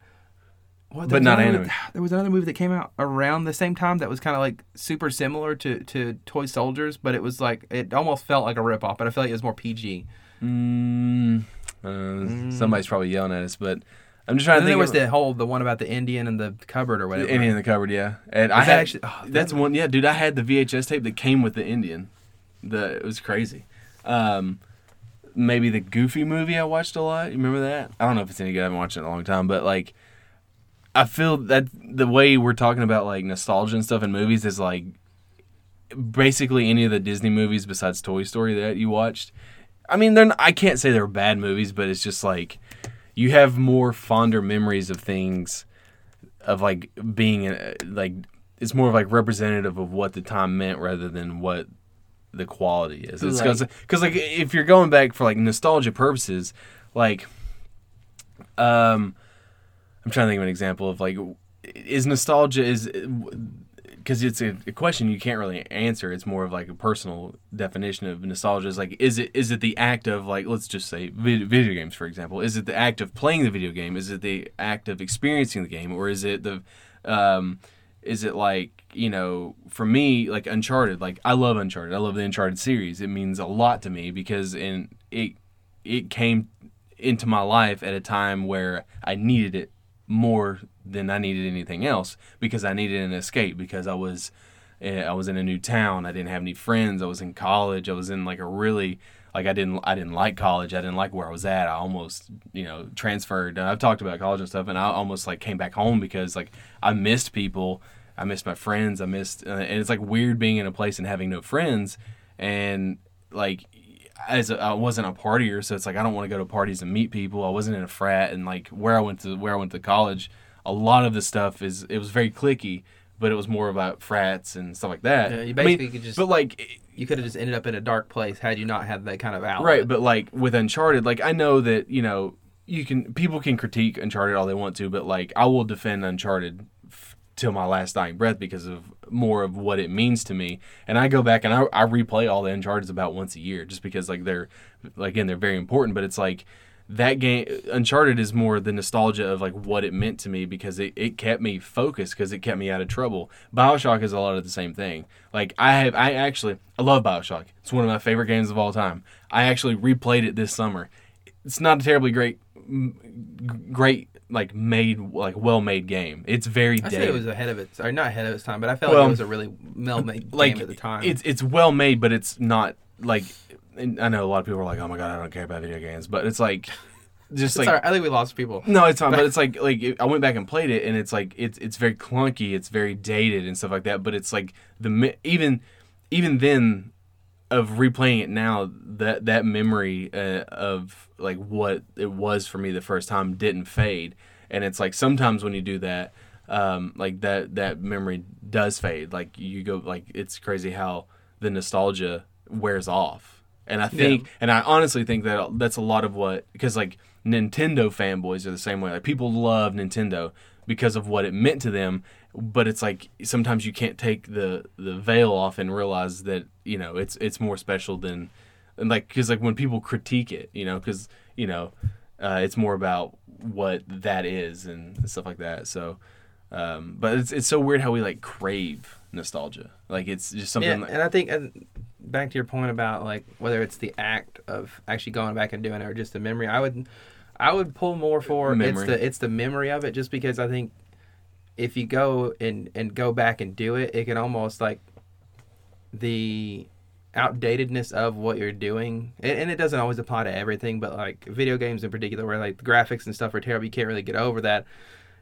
Speaker 3: What, there
Speaker 2: But
Speaker 3: was
Speaker 2: not
Speaker 3: another-
Speaker 2: anime.
Speaker 3: There was another movie that came out around the same time that was kind of like super similar to, to Toy Soldiers, but it was like it almost felt like a ripoff, but I felt like it was more PG.
Speaker 2: Mm, uh, Somebody's probably yelling at us, but I'm just trying to
Speaker 3: Mm. And then
Speaker 2: think.
Speaker 3: there was
Speaker 2: of-
Speaker 3: the whole the one about the Indian in the cupboard or whatever.
Speaker 2: The Indian in the cupboard, yeah. And I
Speaker 3: that
Speaker 2: had,
Speaker 3: actually- oh,
Speaker 2: that's one, yeah, dude. I had the VHS tape that came with the Indian. The it was crazy. Um, maybe the Goofy movie I watched a lot. You remember that? I don't know if it's any good. I haven't watched it in a long time, but like, I feel that the way we're talking about like nostalgia and stuff in movies is like basically any of the Disney movies besides Toy Story that you watched. I mean, they're n I can't say they're bad movies, but it's just like you have more fonder memories of things of like being uh, like it's more of like representative of what the time meant rather than what the quality is. It's because like if you're going back for like nostalgia purposes, like um, I'm trying to think of an example of like is nostalgia is uh, because it's a, a question you can't really answer. It's more of like a personal definition of nostalgia. Is like, is it is it the act of like, let's just say vid- video games for example. Is it the act of playing the video game? Is it the act of experiencing the game, or is it the, um, is it like you know, for me like Uncharted. Like I love Uncharted. I love the Uncharted series. It means a lot to me because in it it came into my life at a time where I needed it more than I needed anything else because I needed an escape because I was eh, I was in a new town. I didn't have any friends. I was in college. I was in like a really like I didn't I didn't like college. I didn't like where I was at. I almost, you know, transferred. And I've talked about college and stuff and I almost like came back home because like I missed people. I missed my friends. I missed uh, and it's like weird being in a place and having no friends and like as a, I wasn't a partier, so it's like I don't want to go to parties and meet people. I wasn't in a frat, and like where I went to where I went to college, a lot of the stuff is it was very clicky, but it was more about frats and stuff like that.
Speaker 3: Yeah, you
Speaker 2: I mean,
Speaker 3: basically could just-
Speaker 2: but like
Speaker 3: You could have just ended up in a dark place had you not had that kind of outlet.
Speaker 2: Right, but like with Uncharted, like I know that you know you can people can critique Uncharted all they want to, but like I will defend Uncharted f- till my last dying breath because of more of what it means to me. And I go back and I, I replay all the Uncharted's about once a year, just because like they're like again they're very important, but it's like that game uncharted is more the nostalgia of like what it meant to me because it, it kept me focused because it kept me out of trouble bioshock is a lot of the same thing like i have i actually i love bioshock it's one of my favorite games of all time i actually replayed it this summer it's not a terribly great m- g- great like made like well made game it's very
Speaker 3: I
Speaker 2: dated
Speaker 3: said it was ahead of its, or not ahead of its time, but I felt
Speaker 2: Well,
Speaker 3: like it was a really well made
Speaker 2: like
Speaker 3: game at the time.
Speaker 2: It's it's well made, but it's not like. And I know a lot of people are like, "Oh my god, I don't care about video games," but it's like, just like
Speaker 3: Sorry, I think we lost people.
Speaker 2: no, it's fine. But it's like like it, I went back and played it, and it's like it's it's very clunky, it's very dated and stuff like that. But it's like the me- even even then of replaying it now, that that memory uh, of like what it was for me the first time didn't fade. And it's like sometimes when you do that, um, like that that memory does fade. Like you go like it's crazy how the nostalgia wears off. And I think and I honestly think that that's a lot of what because like Nintendo fanboys are the same way. Like people love Nintendo, because of what it meant to them. But it's like sometimes you can't take the the veil off and realize that you know it's it's more special than and like because like when people critique it, you know, because you know uh, it's more about what that is and stuff like that. So. Um, but it's it's so weird how we like crave nostalgia. Like it's just something.
Speaker 3: Yeah,
Speaker 2: like,
Speaker 3: and I think uh, back to your point about like whether it's the act of actually going back and doing it or just the memory. I would, I would pull more for
Speaker 2: Memory.
Speaker 3: it's the it's the memory of it, just because I think if you go and and go back and do it, it can almost like the outdatedness of what you're doing and, and it doesn't always apply to everything but like video games in particular where like the graphics and stuff are terrible you can't really get over that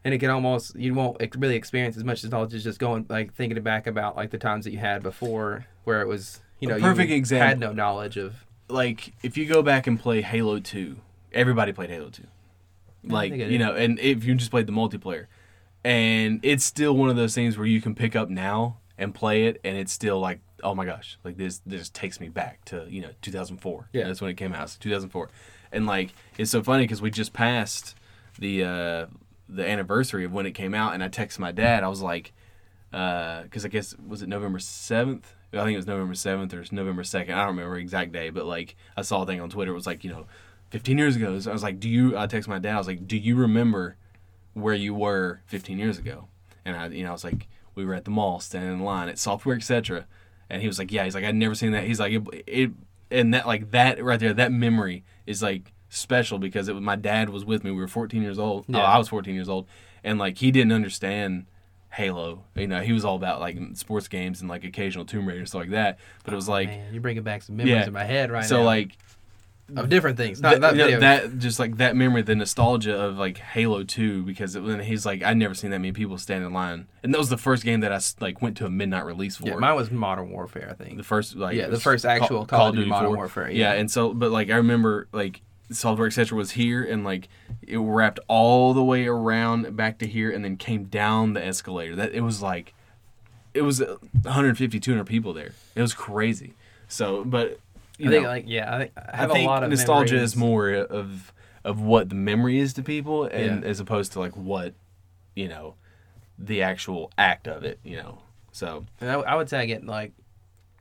Speaker 3: and it can almost you won't ex- really experience as much nostalgia just going like thinking back about like the times that you had before where it was you
Speaker 2: A
Speaker 3: know
Speaker 2: perfect
Speaker 3: you
Speaker 2: example.
Speaker 3: had no knowledge of
Speaker 2: like if you go back and play Halo Two, everybody played Halo Two. Like
Speaker 3: think I
Speaker 2: you
Speaker 3: did.
Speaker 2: know, and if you just played the multiplayer, and it's still one of those things where you can pick up now and play it, and it's still like, oh my gosh, like this this takes me back to you know 2004.
Speaker 3: Yeah.
Speaker 2: that's when it came out, so 2004, and like it's so funny because we just passed the uh, the anniversary of when it came out, and I texted my dad, I was like, because Uh, I guess was it November seventh? I think it was November seventh or November second. I don't remember the exact day, but like I saw a thing on Twitter. It was like you know, fifteen years ago. So I was like, do you? I texted my dad. I was like, do you remember where you were fifteen years ago? And I, you know, I was like, we were at the mall, standing in line at Software, etc. And he was like, yeah. He's like, I'd never seen that. He's like, it, it and that like that right there, that memory is like special because it was my dad was with me. We were fourteen years old. No,
Speaker 3: Yeah.
Speaker 2: I was fourteen years old, and like he didn't understand. Halo. You know, he was all about like sports games and like occasional Tomb Raider and stuff like that. But it was like
Speaker 3: man you're bringing back some memories
Speaker 2: Yeah.
Speaker 3: in my head right
Speaker 2: so
Speaker 3: now
Speaker 2: like
Speaker 3: of different things
Speaker 2: th-
Speaker 3: not, not
Speaker 2: you know,
Speaker 3: video
Speaker 2: that just like that memory, the nostalgia of like Halo Two because it, when he's like, I'd never seen that many people stand in line, and that was the first game that I s- like went to a midnight release for.
Speaker 3: yeah, mine was modern warfare i think
Speaker 2: the first like
Speaker 3: Yeah, the
Speaker 2: was
Speaker 3: first actual Call of Duty Modern
Speaker 2: 4.
Speaker 3: Warfare,
Speaker 2: Yeah.
Speaker 3: yeah.
Speaker 2: and so but like I remember like Software etc was here and like it wrapped all the way around back to here and then came down the escalator. That it was like it was uh, 150 200 people there. It was crazy. So but you
Speaker 3: i think
Speaker 2: know,
Speaker 3: like yeah i think i
Speaker 2: I
Speaker 3: have
Speaker 2: think
Speaker 3: a lot of
Speaker 2: nostalgia
Speaker 3: memories.
Speaker 2: is more of of what the memory is to people and
Speaker 3: Yeah.
Speaker 2: as opposed to like what you know the actual act of it, you know. So
Speaker 3: And I, I would say I get like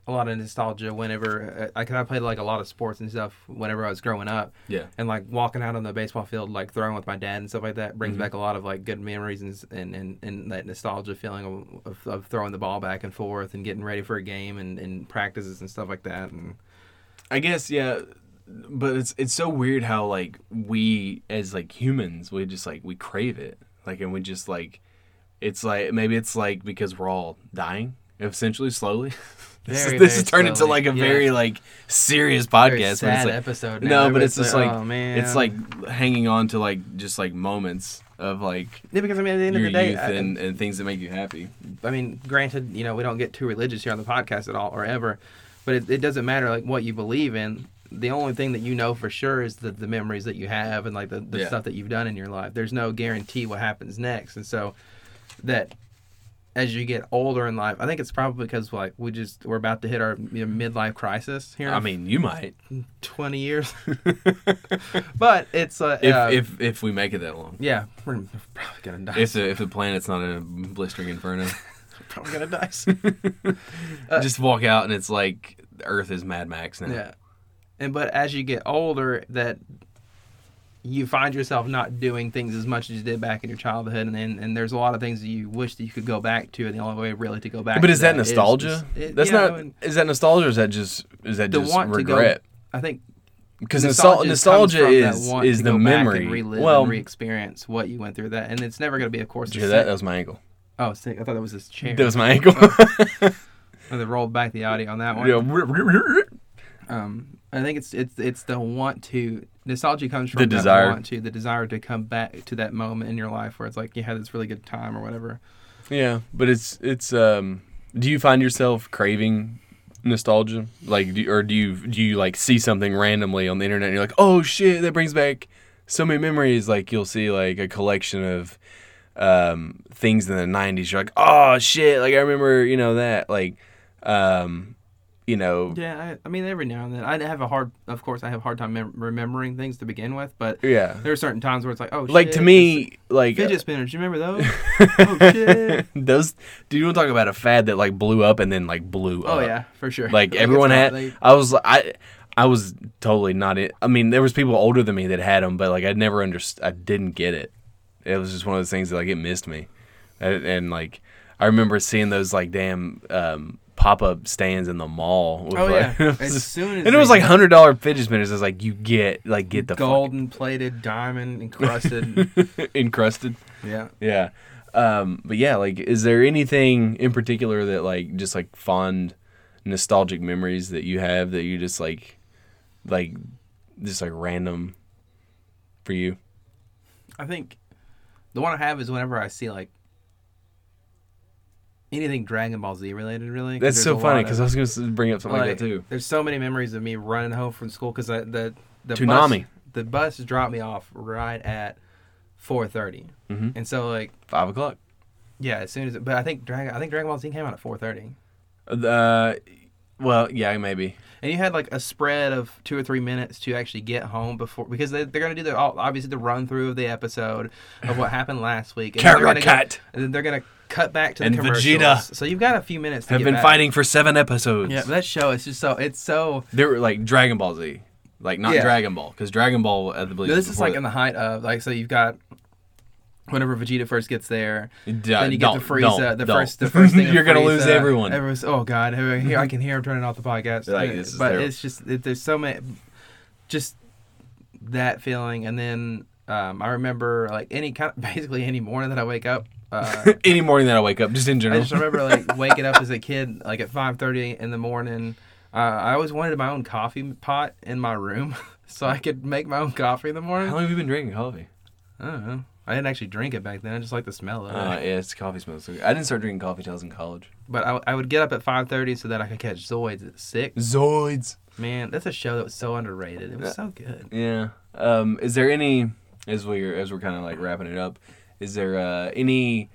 Speaker 3: a lot of nostalgia whenever I, cause I played like a lot of sports and stuff whenever I was growing up.
Speaker 2: Yeah.
Speaker 3: And like walking out on the baseball field, like throwing with my dad and stuff like that, brings
Speaker 2: Mm-hmm.
Speaker 3: back a lot of like good memories and s- and, and, and that nostalgia feeling of, of, of throwing the ball back and forth and getting ready for a game and, and practices and stuff like that. And
Speaker 2: I guess yeah, but it's it's so weird how like we as like humans we just like we crave it like and we just like it's like maybe it's like because we're all dying essentially slowly. this
Speaker 3: Very,
Speaker 2: is, this is
Speaker 3: very
Speaker 2: turned into
Speaker 3: slowly,
Speaker 2: like a
Speaker 3: yeah.
Speaker 2: very like serious podcast.
Speaker 3: Very
Speaker 2: but it's,
Speaker 3: sad
Speaker 2: like-
Speaker 3: episode now.
Speaker 2: No, but
Speaker 3: Everybody's
Speaker 2: it's just
Speaker 3: like,
Speaker 2: like,
Speaker 3: "Oh, man."
Speaker 2: it's like hanging on to like just like moments of like
Speaker 3: yeah, because I mean, at the end
Speaker 2: your
Speaker 3: of the day,
Speaker 2: youth
Speaker 3: I-
Speaker 2: and, and things that make you happy.
Speaker 3: I mean, granted, you know, we don't get too religious here on the podcast at all or ever, but it, it doesn't matter like what you believe in. The only thing that you know for sure is the, the memories that you have and like the, the
Speaker 2: Yeah.
Speaker 3: stuff that you've done in your life. There's no guarantee what happens next. And so that as you get older in life, I think it's probably because like we just we're about to hit our you know, midlife crisis here. in
Speaker 2: I mean, you might
Speaker 3: 20 years. but it's uh,
Speaker 2: if
Speaker 3: uh,
Speaker 2: if if we make it that long.
Speaker 3: yeah, we're probably gonna die.
Speaker 2: If the, if the planet's not a blistering inferno.
Speaker 3: probably gonna die. soon.
Speaker 2: just walk out and it's like Earth is Mad Max now.
Speaker 3: Uh, Yeah. And but as you get older, that you find yourself not doing things as much as you did back in your childhood, and and, and there's a lot of things that you wish that you could go back to, and the only way really to go back.
Speaker 2: But
Speaker 3: to
Speaker 2: is that
Speaker 3: is-
Speaker 2: nostalgia?
Speaker 3: is- it-
Speaker 2: That's
Speaker 3: yeah,
Speaker 2: not.
Speaker 3: and
Speaker 2: Is that nostalgia? Or is that just is that
Speaker 3: the
Speaker 2: just
Speaker 3: want
Speaker 2: regret?
Speaker 3: to go. I think
Speaker 2: Because
Speaker 3: nostalgia,
Speaker 2: nostalgia, nostalgia
Speaker 3: comes from
Speaker 2: is
Speaker 3: that want
Speaker 2: is
Speaker 3: to
Speaker 2: the
Speaker 3: go back
Speaker 2: memory.
Speaker 3: and relive
Speaker 2: well,
Speaker 3: and re-experience what you went through that, and it's never going to be, of course.
Speaker 2: did
Speaker 3: the
Speaker 2: you hear that?
Speaker 3: same-
Speaker 2: That was my ankle.
Speaker 3: oh, sick! I thought that was this chair.
Speaker 2: That was my ankle.
Speaker 3: Oh, they rolled back the audio on that one.
Speaker 2: Yeah.
Speaker 3: um, I think it's it's it's the want to nostalgia comes from
Speaker 2: The
Speaker 3: that
Speaker 2: desire.
Speaker 3: want to the desire to come back to that moment in your life where it's like you had this really good time or whatever.
Speaker 2: yeah, but it's it's. um Do you find yourself craving nostalgia? Like, do, or do you do you like see something randomly on the internet and you're like, oh shit, that brings back so many memories. Like you'll see like a collection of um, things in the '90s. You're like, oh shit, like I remember, you know that. Like, um, you know,
Speaker 3: Yeah, I, I mean, every now and then I have a hard. Of course, I have a hard time mem- remembering things to begin with, but
Speaker 2: Yeah.
Speaker 3: there are certain times where it's like, oh,
Speaker 2: like
Speaker 3: shit,
Speaker 2: to
Speaker 3: this-
Speaker 2: me, like
Speaker 3: fidget spinners. You remember those? oh shit!
Speaker 2: those. Do you want to talk about a fad that like blew up and then like blew
Speaker 3: Oh
Speaker 2: up?
Speaker 3: yeah, for sure.
Speaker 2: like
Speaker 3: it's
Speaker 2: everyone
Speaker 3: not-
Speaker 2: had.
Speaker 3: like-
Speaker 2: I was I. I was totally not it. I mean, there was people older than me that had them, but like I never understood. I didn't get it. It was just one of those things that like it missed me, and, and like I remember seeing those like damn um, pop up stands in the mall. with,
Speaker 3: Oh,
Speaker 2: like-
Speaker 3: yeah.
Speaker 2: it was
Speaker 3: As
Speaker 2: just-
Speaker 3: soon as
Speaker 2: and it was
Speaker 3: they-
Speaker 2: like hundred dollar fidget spinners. I was like, you get like get the fuck
Speaker 3: golden plated, diamond encrusted.
Speaker 2: encrusted.
Speaker 3: yeah.
Speaker 2: Yeah. Um, but yeah, like, is there anything in particular that like just like fond, nostalgic memories that you have that you just like, like, just like random for you?
Speaker 3: I think the one I have is whenever I see like anything Dragon Ball Z related. Really,
Speaker 2: That's so funny because
Speaker 3: because
Speaker 2: I was gonna s- bring up something like, that too.
Speaker 3: There's so many memories of me running home from school because the the
Speaker 2: Toonami.
Speaker 3: Bus, the bus dropped me off right at 4:30,
Speaker 2: Mm-hmm.
Speaker 3: and so like
Speaker 2: Five o'clock.
Speaker 3: yeah, as soon as it, but I think Dragon I think Dragon Ball Z came out at 4:30.
Speaker 2: Uh, well, yeah, maybe.
Speaker 3: And you had like a spread of two or three minutes to actually get home before because they, they're going to do the all, obviously the run through of the episode of what happened last week. And then they're
Speaker 2: Camera
Speaker 3: gonna
Speaker 2: cut.
Speaker 3: Go, and then they're going to cut back to the
Speaker 2: And
Speaker 3: commercials.
Speaker 2: Vegeta
Speaker 3: So you've got a few minutes. To
Speaker 2: Have
Speaker 3: get
Speaker 2: been
Speaker 3: back.
Speaker 2: fighting for seven episodes.
Speaker 3: Yeah, but that show is just so it's so.
Speaker 2: They were like Dragon Ball Z, like not
Speaker 3: Yeah.
Speaker 2: Dragon Ball because Dragon Ball, I believe.
Speaker 3: No, this is
Speaker 2: before
Speaker 3: like in the height of like so you've got. Whenever Vegeta first gets there,
Speaker 2: D-
Speaker 3: then you get
Speaker 2: don't,
Speaker 3: the Frieza,
Speaker 2: don't,
Speaker 3: the
Speaker 2: don't.
Speaker 3: first, the first thing. of
Speaker 2: You're gonna lose
Speaker 3: Frieza.
Speaker 2: everyone.
Speaker 3: Everyone's, oh god, everyone- here I can hear him turning off the podcast.
Speaker 2: Like,
Speaker 3: Uh,
Speaker 2: this is
Speaker 3: but
Speaker 2: terrible.
Speaker 3: it's just it, there's so many, just that feeling, and then um, I remember like any kind, of, basically any morning that I wake up. Uh,
Speaker 2: any morning that I wake up, just in
Speaker 3: I
Speaker 2: general.
Speaker 3: just remember like waking up as a kid, like at five thirty in the morning. Uh, I always wanted my own coffee pot in my room, so I could make my own coffee in the
Speaker 2: How
Speaker 3: morning.
Speaker 2: long have you been drinking coffee?
Speaker 3: I don't know. I didn't actually drink it back then. I just liked the smell of it.
Speaker 2: Uh, yeah, it's coffee smells. So good. I didn't start drinking coffee till I was in college.
Speaker 3: But I, I would get up at five thirty so that I could catch Zoids at six.
Speaker 2: Zoids.
Speaker 3: Man, that's a show that was so underrated. It was so good.
Speaker 2: Yeah. Um, is there any as we're as we're kind of like wrapping it up? Is there uh, any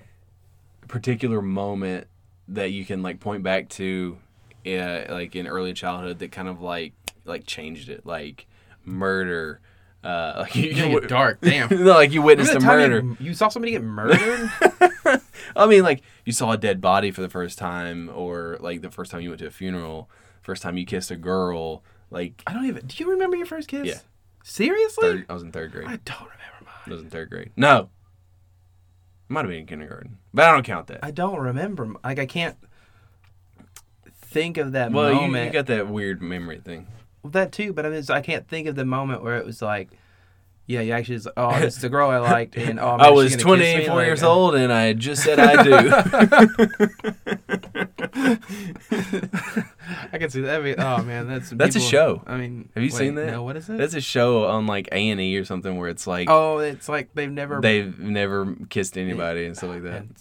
Speaker 2: particular moment that you can like point back to, uh, like in early childhood that kind of like like changed it, like murder? Uh, like you,
Speaker 3: You
Speaker 2: you-
Speaker 3: get dark, damn.
Speaker 2: no, like you witnessed a
Speaker 3: Remember the time
Speaker 2: murder.
Speaker 3: You, you saw somebody get murdered.
Speaker 2: I mean, like you saw a dead body for the first time, or like the first time you went to a funeral, first time you kissed a girl. Like
Speaker 3: I don't even. Do you remember your first kiss?
Speaker 2: Yeah.
Speaker 3: Seriously?
Speaker 2: third, I was in third grade.
Speaker 3: I don't remember mine.
Speaker 2: I was in third grade. No. Might have been in kindergarten. But I don't count that.
Speaker 3: I don't remember. m- Like I can't think of that
Speaker 2: well, you, you
Speaker 3: moment.
Speaker 2: got that weird memory thing.
Speaker 3: that too, but I mean, it's- I can't think of the moment where it was like, yeah, you actually. Just, oh, it's the girl I liked, and oh, man,
Speaker 2: I
Speaker 3: she's
Speaker 2: was
Speaker 3: gonna kiss me,
Speaker 2: 24 years
Speaker 3: like, uh,
Speaker 2: old and I just said I do.
Speaker 3: I can see that. be- Oh man, that's
Speaker 2: That's a
Speaker 3: people-
Speaker 2: show.
Speaker 3: I mean,
Speaker 2: have you
Speaker 3: wait,
Speaker 2: seen that?
Speaker 3: No, what is it?
Speaker 2: That's a show on like A&E or something where it's like
Speaker 3: Oh, it's like they've never.
Speaker 2: they've never kissed anybody and stuff like that.
Speaker 3: and-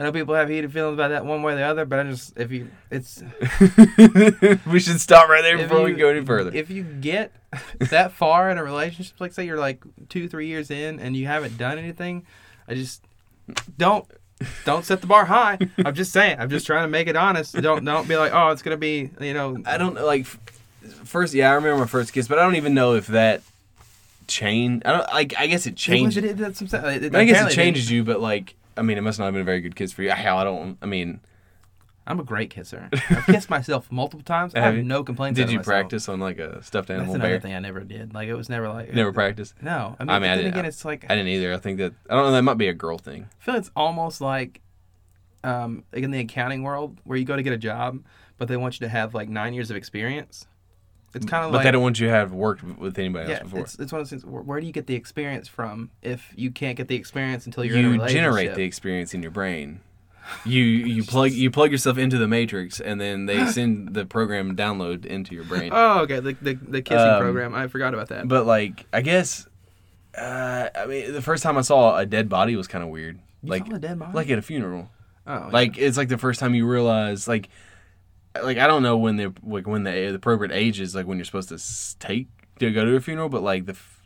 Speaker 3: I know people have heated feelings about that one way or the other, but I just if you it's
Speaker 2: we should stop right there
Speaker 3: if
Speaker 2: before we
Speaker 3: you-
Speaker 2: go any further.
Speaker 3: If you get that far in a relationship, like say you're like two, three years in, and you haven't done anything, I just don't don't set the bar high. I'm just saying. I'm just trying to make it honest. Don't don't be like, oh, it's gonna be you know.
Speaker 2: I don't know, like f- first yeah, I remember my first kiss, but I don't even know if that changed. I don't like I guess it changed.
Speaker 3: It, that's what I'm saying. It-
Speaker 2: I, mean, I guess
Speaker 3: apparently
Speaker 2: it changes you, but like, I mean, it must not have been a very good kiss for you. Hell, I don't. I mean,
Speaker 3: I'm a great kisser. I've kissed myself multiple times. I
Speaker 2: Have
Speaker 3: have
Speaker 2: you?
Speaker 3: no complaints.
Speaker 2: did
Speaker 3: out of
Speaker 2: you
Speaker 3: myself.
Speaker 2: practice on like a stuffed
Speaker 3: That's
Speaker 2: animal
Speaker 3: another
Speaker 2: bear?
Speaker 3: thing I never did. Like it was never like
Speaker 2: Never practiced.
Speaker 3: No, I mean,
Speaker 2: I mean,
Speaker 3: but
Speaker 2: I
Speaker 3: then
Speaker 2: didn't-
Speaker 3: again, it's like
Speaker 2: I didn't either. I think that I don't know. That might be a girl thing.
Speaker 3: I feel it's almost like, um, like in the accounting world where you go to get a job, but they want you to have like nine years of experience. It's kind of
Speaker 2: Mm, But
Speaker 3: like
Speaker 2: they don't want you to have worked with anybody
Speaker 3: yeah,
Speaker 2: else before.
Speaker 3: it's, it's one of those things. Where, where do you get the experience from if you can't get the experience until you're in a
Speaker 2: You
Speaker 3: relationship?
Speaker 2: generate the experience in your brain. You you plug you plug yourself into the matrix, and then they send the program download into your brain.
Speaker 3: Oh, okay. The the, the kissing
Speaker 2: Um,
Speaker 3: program. I forgot about that.
Speaker 2: But like, I guess, uh, I mean, the first time I saw a dead body was kind of weird. like
Speaker 3: saw a dead body?
Speaker 2: like at a funeral.
Speaker 3: oh,
Speaker 2: Like it's like the first time you realize like like I don't know when the like when the, the appropriate age is like when you're supposed to s- take to go to a funeral, but like the f-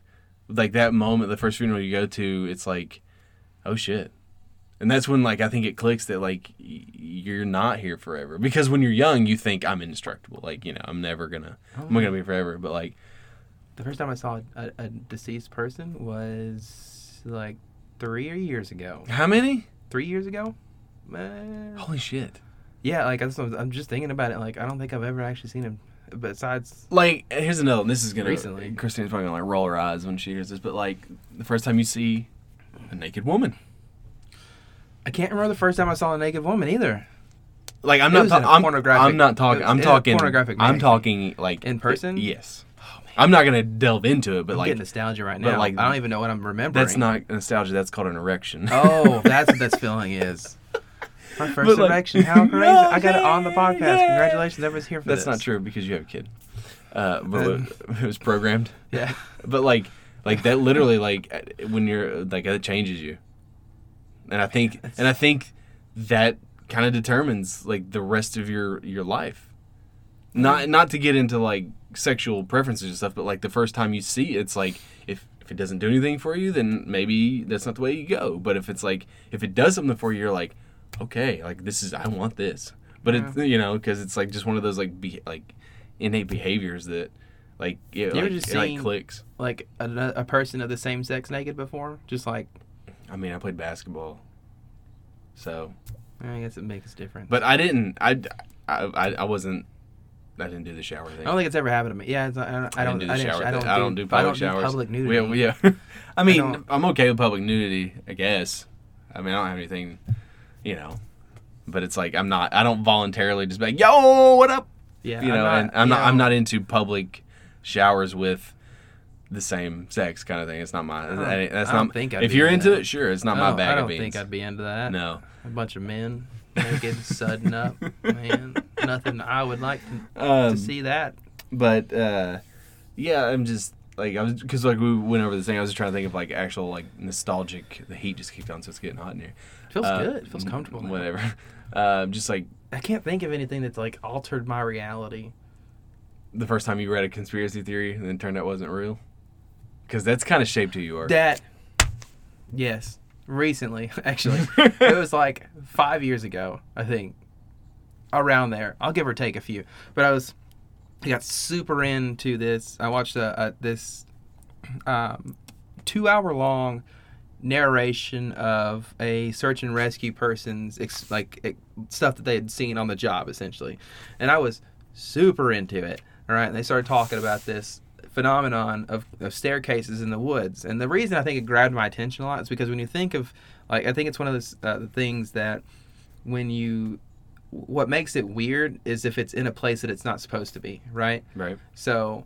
Speaker 2: like that moment, the first funeral you go to, it's like, oh shit, And that's when like I think it clicks that like y- you're not here forever because when you're young you think I'm indestructible like you know I'm never gonna I'm
Speaker 3: Oh.
Speaker 2: not gonna be forever but like
Speaker 3: The first time I saw a, a deceased person was like three years ago.
Speaker 2: how many
Speaker 3: Three years ago? Uh,
Speaker 2: holy shit
Speaker 3: yeah, like I just, I'm just thinking about it. Like I don't think I've ever actually seen him besides.
Speaker 2: like here's another one. This is gonna
Speaker 3: Recently.
Speaker 2: Christine's probably gonna like roll her eyes when she hears this, but like the first time you see a naked woman,
Speaker 3: I can't remember the first time I saw a naked woman either.
Speaker 2: like I'm
Speaker 3: It
Speaker 2: not
Speaker 3: was
Speaker 2: ta-
Speaker 3: in a
Speaker 2: I'm,
Speaker 3: pornographic-
Speaker 2: I'm not talking.
Speaker 3: it was
Speaker 2: I'm
Speaker 3: in a
Speaker 2: talking.
Speaker 3: pornographic
Speaker 2: I'm
Speaker 3: magazine.
Speaker 2: talking like
Speaker 3: In person? Oh,
Speaker 2: yes. I'm not gonna delve into it, but
Speaker 3: I'm
Speaker 2: like
Speaker 3: getting nostalgia right
Speaker 2: but,
Speaker 3: now.
Speaker 2: like,
Speaker 3: I don't even know what I'm remembering.
Speaker 2: that's not nostalgia. That's called an erection.
Speaker 3: Oh, that's what that's feeling is. My first
Speaker 2: like-
Speaker 3: erection. How crazy!
Speaker 2: No,
Speaker 3: I got it on the podcast.
Speaker 2: man.
Speaker 3: Congratulations, everyone's here for
Speaker 2: that's
Speaker 3: this.
Speaker 2: not true because you have a kid. Uh, but it was programmed.
Speaker 3: Yeah.
Speaker 2: But like, like that literally, like uh, when you're like, that changes you. And I think, and I think that kind of determines like the rest of your your life. Not not to get into like sexual preferences and stuff, but like the first time you see, it, it's like if if it doesn't do anything for you, then maybe that's not the way you go. But if it's like if it does something for you, you're like, okay, like this is I want this. But it's you know because it's like just one of those like be like innate behaviors that like yeah
Speaker 3: ever
Speaker 2: like,
Speaker 3: just
Speaker 2: it, like
Speaker 3: seen-
Speaker 2: clicks.
Speaker 3: Like a, a person of the same sex naked before, just like
Speaker 2: I mean, I played basketball, so
Speaker 3: I guess it makes a difference.
Speaker 2: but I didn't. I I I, I wasn't. I didn't do the shower thing.
Speaker 3: I don't think it's ever happened to me. Yeah, it's, not- I don't. Oh, I don't. I,
Speaker 2: didn't do
Speaker 3: didn't,
Speaker 2: the shower
Speaker 3: I,
Speaker 2: thing.
Speaker 3: don't do,
Speaker 2: I don't do
Speaker 3: I
Speaker 2: public
Speaker 3: don't
Speaker 2: showers.
Speaker 3: do public nudity.
Speaker 2: Yeah, yeah. I mean,
Speaker 3: don't-
Speaker 2: I'm okay with public nudity, I guess. I mean, I don't have anything, you know. But it's like I'm not. I don't voluntarily just be like, "Yo, what up?"
Speaker 3: Yeah,
Speaker 2: you know, and I'm
Speaker 3: you
Speaker 2: not. I'm
Speaker 3: know,
Speaker 2: not into public showers with the same sex kind of thing. It's not my.
Speaker 3: don't-
Speaker 2: I- that's
Speaker 3: I don't
Speaker 2: not.
Speaker 3: think I'd
Speaker 2: if
Speaker 3: be
Speaker 2: you're
Speaker 3: into
Speaker 2: into
Speaker 3: that.
Speaker 2: it, sure, it's not
Speaker 3: I
Speaker 2: my
Speaker 3: don't-
Speaker 2: bag
Speaker 3: oh, I don't
Speaker 2: of beans.
Speaker 3: think I'd be into that.
Speaker 2: no.
Speaker 3: a bunch of men naked, sudding up, man. Nothing I would like to,
Speaker 2: Um,
Speaker 3: to see that.
Speaker 2: but uh yeah i'm just like i was because like we went over this thing i was just trying to think of like actual like nostalgic the heat just kicked on so it's getting hot in here
Speaker 3: Feels
Speaker 2: Uh,
Speaker 3: good. Feels comfortable. now.
Speaker 2: whatever um just like
Speaker 3: I can't think of anything that's like altered my reality.
Speaker 2: the first time you read a conspiracy theory and then turned out it wasn't real because that's kind of shaped who you are
Speaker 3: That, yes, recently actually, it was like five years ago, I think, around there. I'll give or take a few, but I was, I got super into this. I watched a, a this, um, two hour long narration of a search and rescue person's ex- like ex- stuff that they had seen on the job essentially and i was super into it all right and they started talking about this phenomenon of, of staircases in the woods and the reason i think it grabbed my attention a lot is because when you think of like i think it's one of those uh, things that when you what makes it weird is if it's in a place that it's not supposed to be right
Speaker 2: right
Speaker 3: so,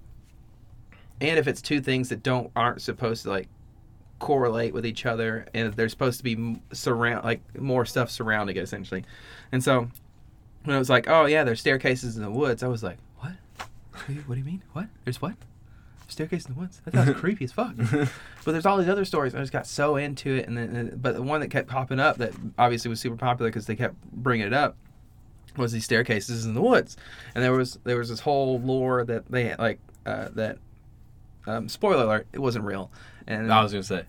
Speaker 3: and if it's two things that don't aren't supposed to like correlate with each other, and if there's supposed to be m- surround like more stuff surrounding it essentially, and so when it was like, oh yeah, there's staircases in the woods, I was like, what? What do you, what do you mean? What? There's what? Staircase in the woods. That sounds creepy as fuck. But there's all these other stories. I just got so into it, and then and- but the one that kept popping up that obviously was super popular because they kept bringing it up was these staircases in the woods, and there was there was this whole lore that they had, like uh, that. Um, spoiler alert! It wasn't real, and
Speaker 2: i was gonna say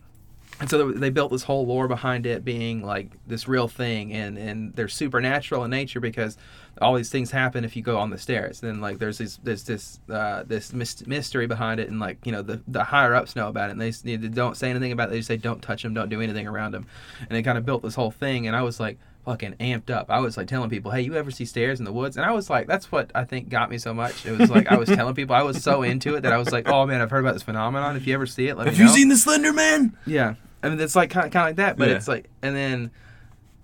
Speaker 3: and so they, they built this whole lore behind it being like this real thing and and they're supernatural in nature because all these things happen if you go on the stairs and then like there's this there's this uh, this mys- mystery behind it and like you know the, the higher ups know about it and they, s- they don't say anything about it they just say don't touch them don't do anything around them and they kind of built this whole thing and i was like fucking amped up i was like telling people hey you ever see stairs in the woods and i was like that's what i think got me so much it was like i was telling people i was so into it that i was like oh man i've heard about this phenomenon if you ever see it let
Speaker 2: have
Speaker 3: me
Speaker 2: you
Speaker 3: know.
Speaker 2: seen the slender man
Speaker 3: Yeah, I mean it's like kind of, kind of like that, but
Speaker 2: Yeah.
Speaker 3: it's like, and then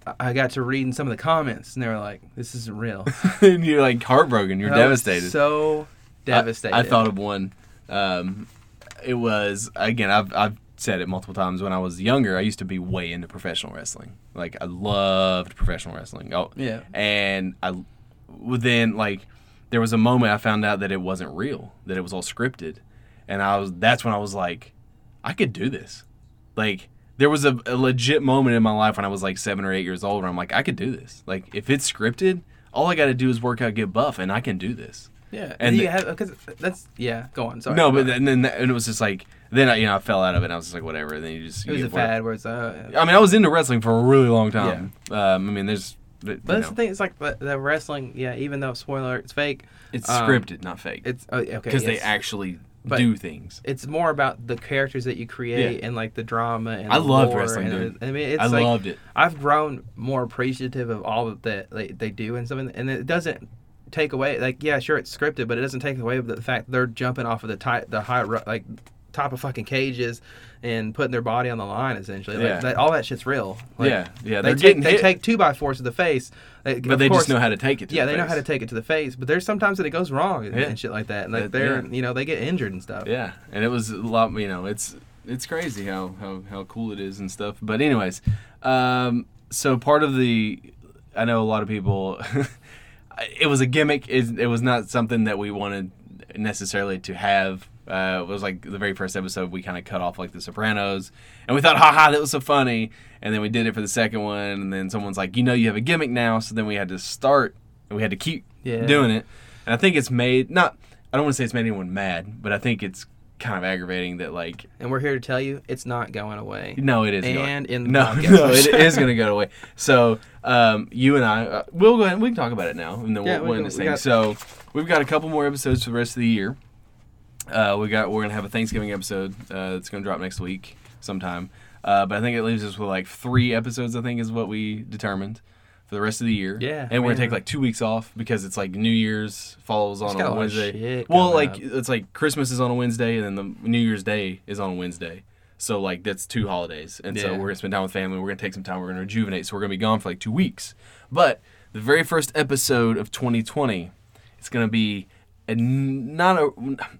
Speaker 3: I- I got to reading some of the comments, and they were like, "This isn't real."
Speaker 2: and you're like heartbroken you're
Speaker 3: And I was
Speaker 2: devastated
Speaker 3: So devastated.
Speaker 2: I, I thought of one. Um, it was again. I've I've said it multiple times. When I was younger, I used to be way into professional wrestling. Like I loved professional wrestling. Oh
Speaker 3: Yeah.
Speaker 2: And I well, then like there was a moment I found out that it wasn't real. That it was all scripted, and I was that's when I was like, I could do this. Like there was a, a legit moment in my life when I was like seven or eight years old, where I'm like, I could do this. Like if it's scripted, all I got to do is work out, get buff, and I can do this.
Speaker 3: yeah,
Speaker 2: and
Speaker 3: and you
Speaker 2: the-
Speaker 3: have because that's yeah. Go on, sorry.
Speaker 2: No, but then, then that, and it was just like Then I, you know, I fell out of it. and I was just like, whatever. And then you just
Speaker 3: It was
Speaker 2: you
Speaker 3: a
Speaker 2: get bored.
Speaker 3: fad where it's uh,
Speaker 2: I mean, I was into wrestling for a really long time. Um, I mean, there's. But
Speaker 3: But that's the thing. It's like the, the wrestling. Yeah, even though spoiler, alert, it's fake.
Speaker 2: It's
Speaker 3: um,
Speaker 2: scripted, not fake.
Speaker 3: It's oh, okay
Speaker 2: because they
Speaker 3: yes.
Speaker 2: actually
Speaker 3: But-
Speaker 2: do things.
Speaker 3: It's more about the characters that you create and like the drama. And
Speaker 2: I
Speaker 3: the
Speaker 2: loved
Speaker 3: lore
Speaker 2: wrestling,
Speaker 3: and,
Speaker 2: dude.
Speaker 3: I mean, it's
Speaker 2: I
Speaker 3: like
Speaker 2: loved it.
Speaker 3: I've grown more appreciative of all that they, they, they do and something, and it doesn't take away. Like, yeah, sure, it's scripted, but it doesn't take away the fact they're jumping off of the tight, the high, ru- like top of fucking cages and putting their body on the line essentially. Like,
Speaker 2: Yeah.
Speaker 3: that, all that shit's real. Like,
Speaker 2: yeah, yeah.
Speaker 3: They
Speaker 2: They're
Speaker 3: take,
Speaker 2: getting
Speaker 3: they
Speaker 2: hit,
Speaker 3: take two by fours to the face, They-
Speaker 2: but
Speaker 3: of
Speaker 2: they
Speaker 3: course-
Speaker 2: just know how to take it. To
Speaker 3: yeah,
Speaker 2: the
Speaker 3: they know
Speaker 2: face.
Speaker 3: how to take it to the face, but there's sometimes that it goes wrong and,
Speaker 2: Yeah.
Speaker 3: and shit like that, and like
Speaker 2: That-
Speaker 3: they're
Speaker 2: yeah.
Speaker 3: you know they get injured and stuff.
Speaker 2: Yeah, and it was a lot. You know, it's it's crazy how how, how cool it is and stuff. But anyways, um, so part of the, I know a lot of people. it was a gimmick. It, it was not something that we wanted necessarily to have. Uh, it was like the very first episode we kind of cut off like the Sopranos, and we thought, "Ha ha, that was so funny." And then we did it for the second one, and then someone's like, "You know, you have a gimmick now." So then we had to start, and we had to keep
Speaker 3: Yeah.
Speaker 2: doing it. And I think it's made not. I don't want to say it's made anyone mad, but I think it's kind of aggravating that like
Speaker 3: And we're here to tell you it's not going away.
Speaker 2: no, it is.
Speaker 3: And
Speaker 2: going.
Speaker 3: in the
Speaker 2: no,
Speaker 3: podcast.
Speaker 2: no, it is going to go away. So um, you and I, uh, we'll go ahead and we can talk about it now, and then
Speaker 3: Yeah,
Speaker 2: we'll,
Speaker 3: we
Speaker 2: we'll end
Speaker 3: can-
Speaker 2: this
Speaker 3: we
Speaker 2: thing.
Speaker 3: got-
Speaker 2: so we've got a couple more episodes for the rest of the year. Uh, we got we're gonna have a Thanksgiving episode uh, that's gonna drop next week sometime. Uh, but I think it leaves us with like three episodes. I think is what we determined for the rest of the year.
Speaker 3: Yeah,
Speaker 2: and we're gonna
Speaker 3: man.
Speaker 2: take like two weeks off because it's like New Year's falls on a
Speaker 3: got a lot of
Speaker 2: Wednesday.
Speaker 3: shit
Speaker 2: well,
Speaker 3: coming
Speaker 2: like
Speaker 3: up.
Speaker 2: it's like Christmas is on a Wednesday, and then the New Year's Day is on a Wednesday. So like that's two holidays, and so
Speaker 3: Yeah.
Speaker 2: we're gonna spend time with family. We're gonna take some time. We're gonna rejuvenate. So we're gonna be gone for like two weeks. But the very first episode of 2020, it's gonna be a n- not a.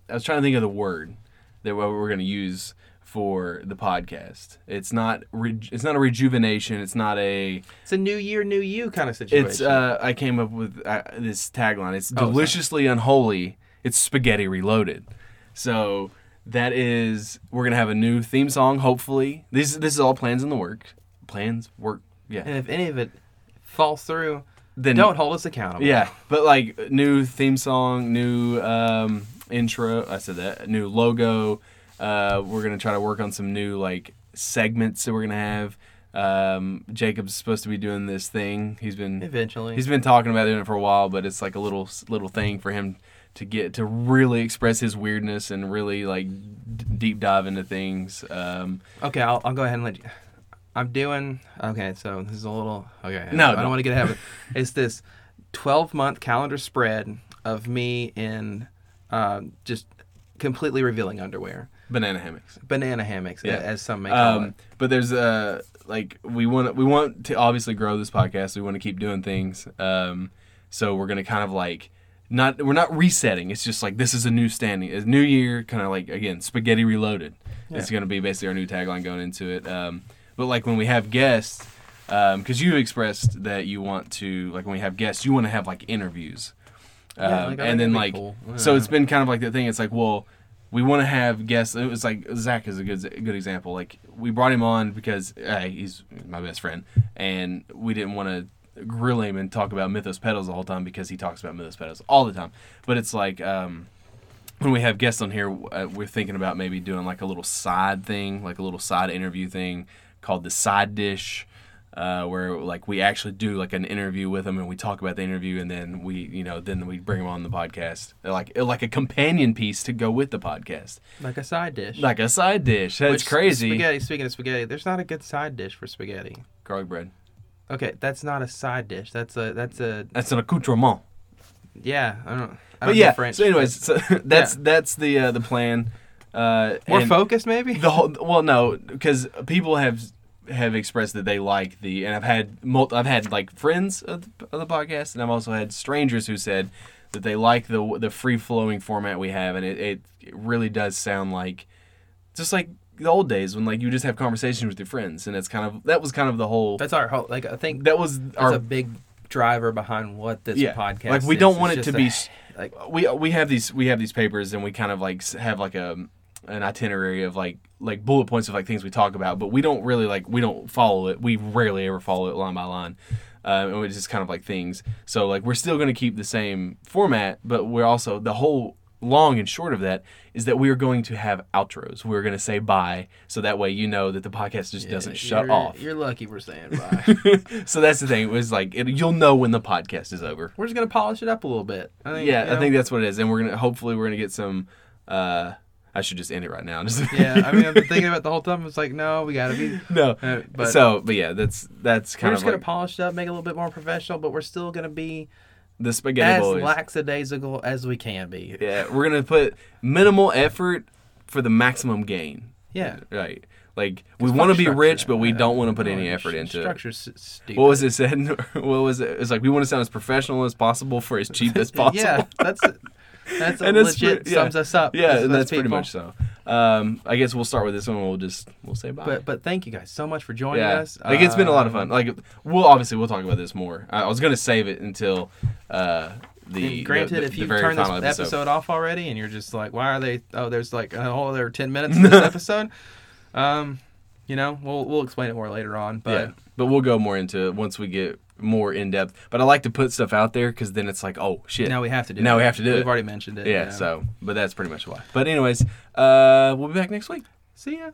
Speaker 2: I was trying to think of the word that what we're gonna use for the podcast. It's not. Re, it's not a rejuvenation. It's not a.
Speaker 3: It's a new year, new you kind of situation. Oh,
Speaker 2: It's. Uh, I came up with uh, this tagline. It's deliciously unholy. It's spaghetti reloaded. So that is. We're gonna have a new theme song. Hopefully, this this is all plans in the work. Plans work. Yeah.
Speaker 3: and if any of it falls through,
Speaker 2: Then
Speaker 3: Eh, don't hold us accountable.
Speaker 2: Yeah, but like new theme song, new um, intro. I said that new logo. Uh, we're gonna try to work on some new like segments that we're gonna have. Um, Jacob's supposed to be doing this thing. He's been
Speaker 3: Eventually.
Speaker 2: He's been talking about doing it for a while, but it's like a little little thing for him to get to really express his weirdness and really like d- deep dive into things. Um,
Speaker 3: Okay, I'll, I'll go ahead and let you. I'm doing. Okay, so this is a little. Okay.
Speaker 2: No,
Speaker 3: I don't
Speaker 2: no.
Speaker 3: want to get ahead of it. It's this 12 month calendar spread of me in uh, just completely revealing underwear.
Speaker 2: banana hammocks.
Speaker 3: Banana hammocks, a-
Speaker 2: Yeah.
Speaker 3: as some may call it.
Speaker 2: Um, but there's uh like we want we want to obviously grow this podcast. We want to keep doing things. Um, so we're gonna kind of like not we're not resetting. It's just like this is a new standing, a new year, kind of like again spaghetti reloaded. It's gonna be basically our new tagline going into it. Um, but like when we have guests, because you expressed that you want to like when we have guests, you want to have like interviews. Um,
Speaker 3: Yeah, like, I think
Speaker 2: and then
Speaker 3: that'd be
Speaker 2: like
Speaker 3: cool.
Speaker 2: so
Speaker 3: Yeah.
Speaker 2: it's been kind of like the thing. It's like well, we want to have guests. It was like Zach is a good good example. Like we brought him on because hey, he's my best friend, and we didn't want to grill him and talk about Mythos pedals the whole time because he talks about Mythos pedals all the time. But it's like. um when we have guests on here, uh, we're thinking about maybe doing like a little side thing, like a little side interview thing called the side dish, uh, where like we actually do like an interview with them and we talk about the interview and then we, you know, then we bring them on the podcast, like uh, like a companion piece to go with the podcast,
Speaker 3: Like a side dish.
Speaker 2: like a side dish. That's
Speaker 3: Which-
Speaker 2: crazy.
Speaker 3: Spaghetti. Speaking of spaghetti, there's not a good side dish for spaghetti.
Speaker 2: Garlic bread.
Speaker 3: Okay, that's not a side dish. That's a that's a
Speaker 2: That's an accoutrement.
Speaker 3: yeah. I don't. I don't
Speaker 2: But
Speaker 3: do
Speaker 2: yeah.
Speaker 3: French.
Speaker 2: So, anyways, so that's
Speaker 3: Yeah.
Speaker 2: that's the uh, the plan. Uh,
Speaker 3: more
Speaker 2: and-
Speaker 3: focused maybe.
Speaker 2: the whole well no because people have have expressed that they like the and i've had mul- i've had like friends of the, of the podcast and i've also had strangers who said that they like the the free flowing format we have and it, it, it really does sound like just like the old days when like you just have conversations with your friends and it's kind of that was kind of the whole
Speaker 3: that's our whole. Like I think
Speaker 2: that was
Speaker 3: that's
Speaker 2: our
Speaker 3: a big driver behind what this
Speaker 2: yeah
Speaker 3: podcast.
Speaker 2: like we
Speaker 3: is.
Speaker 2: don't
Speaker 3: It's
Speaker 2: want it
Speaker 3: just
Speaker 2: to
Speaker 3: a-
Speaker 2: be s-
Speaker 3: like
Speaker 2: we we have these we have these papers and we kind of like s- have like a an itinerary of like like bullet points of like things we talk about, but we don't really like we don't follow it. We rarely ever follow it line by line. Um, and it's just kind of like things. So like we're still gonna keep the same format, but we're also the whole long and short of that is that we are going to have outros. We're going to say bye, so that way you know that the podcast just doesn't shut
Speaker 3: You're-
Speaker 2: off.
Speaker 3: You're lucky we're saying bye.
Speaker 2: so that's the thing. It was like it, you'll know when the podcast is over.
Speaker 3: we're just gonna polish it up a little bit. I think,
Speaker 2: Yeah,
Speaker 3: you
Speaker 2: I
Speaker 3: know,
Speaker 2: think that's what it is, and we're gonna hopefully we're gonna get some. uh I should just end it right now.
Speaker 3: yeah, I mean, I've been thinking about it the whole time. It's like, no, we gotta be.
Speaker 2: no.
Speaker 3: Uh, but
Speaker 2: so, but yeah, that's that's
Speaker 3: we're
Speaker 2: kind
Speaker 3: just
Speaker 2: of
Speaker 3: gonna
Speaker 2: like
Speaker 3: polish it up, make it a little bit more professional, but we're still gonna be
Speaker 2: the spaghetti
Speaker 3: as
Speaker 2: boys.
Speaker 3: lackadaisical as we can be.
Speaker 2: yeah, we're gonna put minimal effort for the maximum gain.
Speaker 3: Yeah,
Speaker 2: Right. Like we want to be
Speaker 3: structure
Speaker 2: rich,
Speaker 3: that.
Speaker 2: but we
Speaker 3: I
Speaker 2: don't want to put any
Speaker 3: Oh,
Speaker 2: effort
Speaker 3: sh-
Speaker 2: into it.
Speaker 3: Structure's s- stupid.
Speaker 2: What was it said? what was it? It's like we want to sound as professional as possible for as cheap as possible.
Speaker 3: Yeah, that's that's
Speaker 2: And that's
Speaker 3: legit
Speaker 2: pre- yeah.
Speaker 3: sums us up.
Speaker 2: Yeah,
Speaker 3: as- as
Speaker 2: and that's pretty
Speaker 3: people.
Speaker 2: much so. Um, I guess we'll start with this one. We'll just we'll say bye.
Speaker 3: But but thank you guys so much for joining
Speaker 2: yeah,
Speaker 3: us.
Speaker 2: like it's been a lot of fun.
Speaker 3: Um,
Speaker 2: Like we'll obviously we'll talk about this more. I, I was gonna save it until uh, the
Speaker 3: And granted,
Speaker 2: the- the-
Speaker 3: if
Speaker 2: the
Speaker 3: you've
Speaker 2: very
Speaker 3: turned this
Speaker 2: final
Speaker 3: episode. off already and you're just like, why are they? Oh, there's like a whole other ten minutes in this episode. Um, you know, we'll we'll explain it more later on. But
Speaker 2: yeah, but we'll go more into it once we get more in depth. But I like to put stuff out there because then it's like, oh shit,
Speaker 3: now we have to do.
Speaker 2: now
Speaker 3: it.
Speaker 2: we have to do
Speaker 3: We've
Speaker 2: it.
Speaker 3: already mentioned it.
Speaker 2: yeah, So, but that's pretty much why. But anyways, uh, we'll be back next week.
Speaker 3: see ya.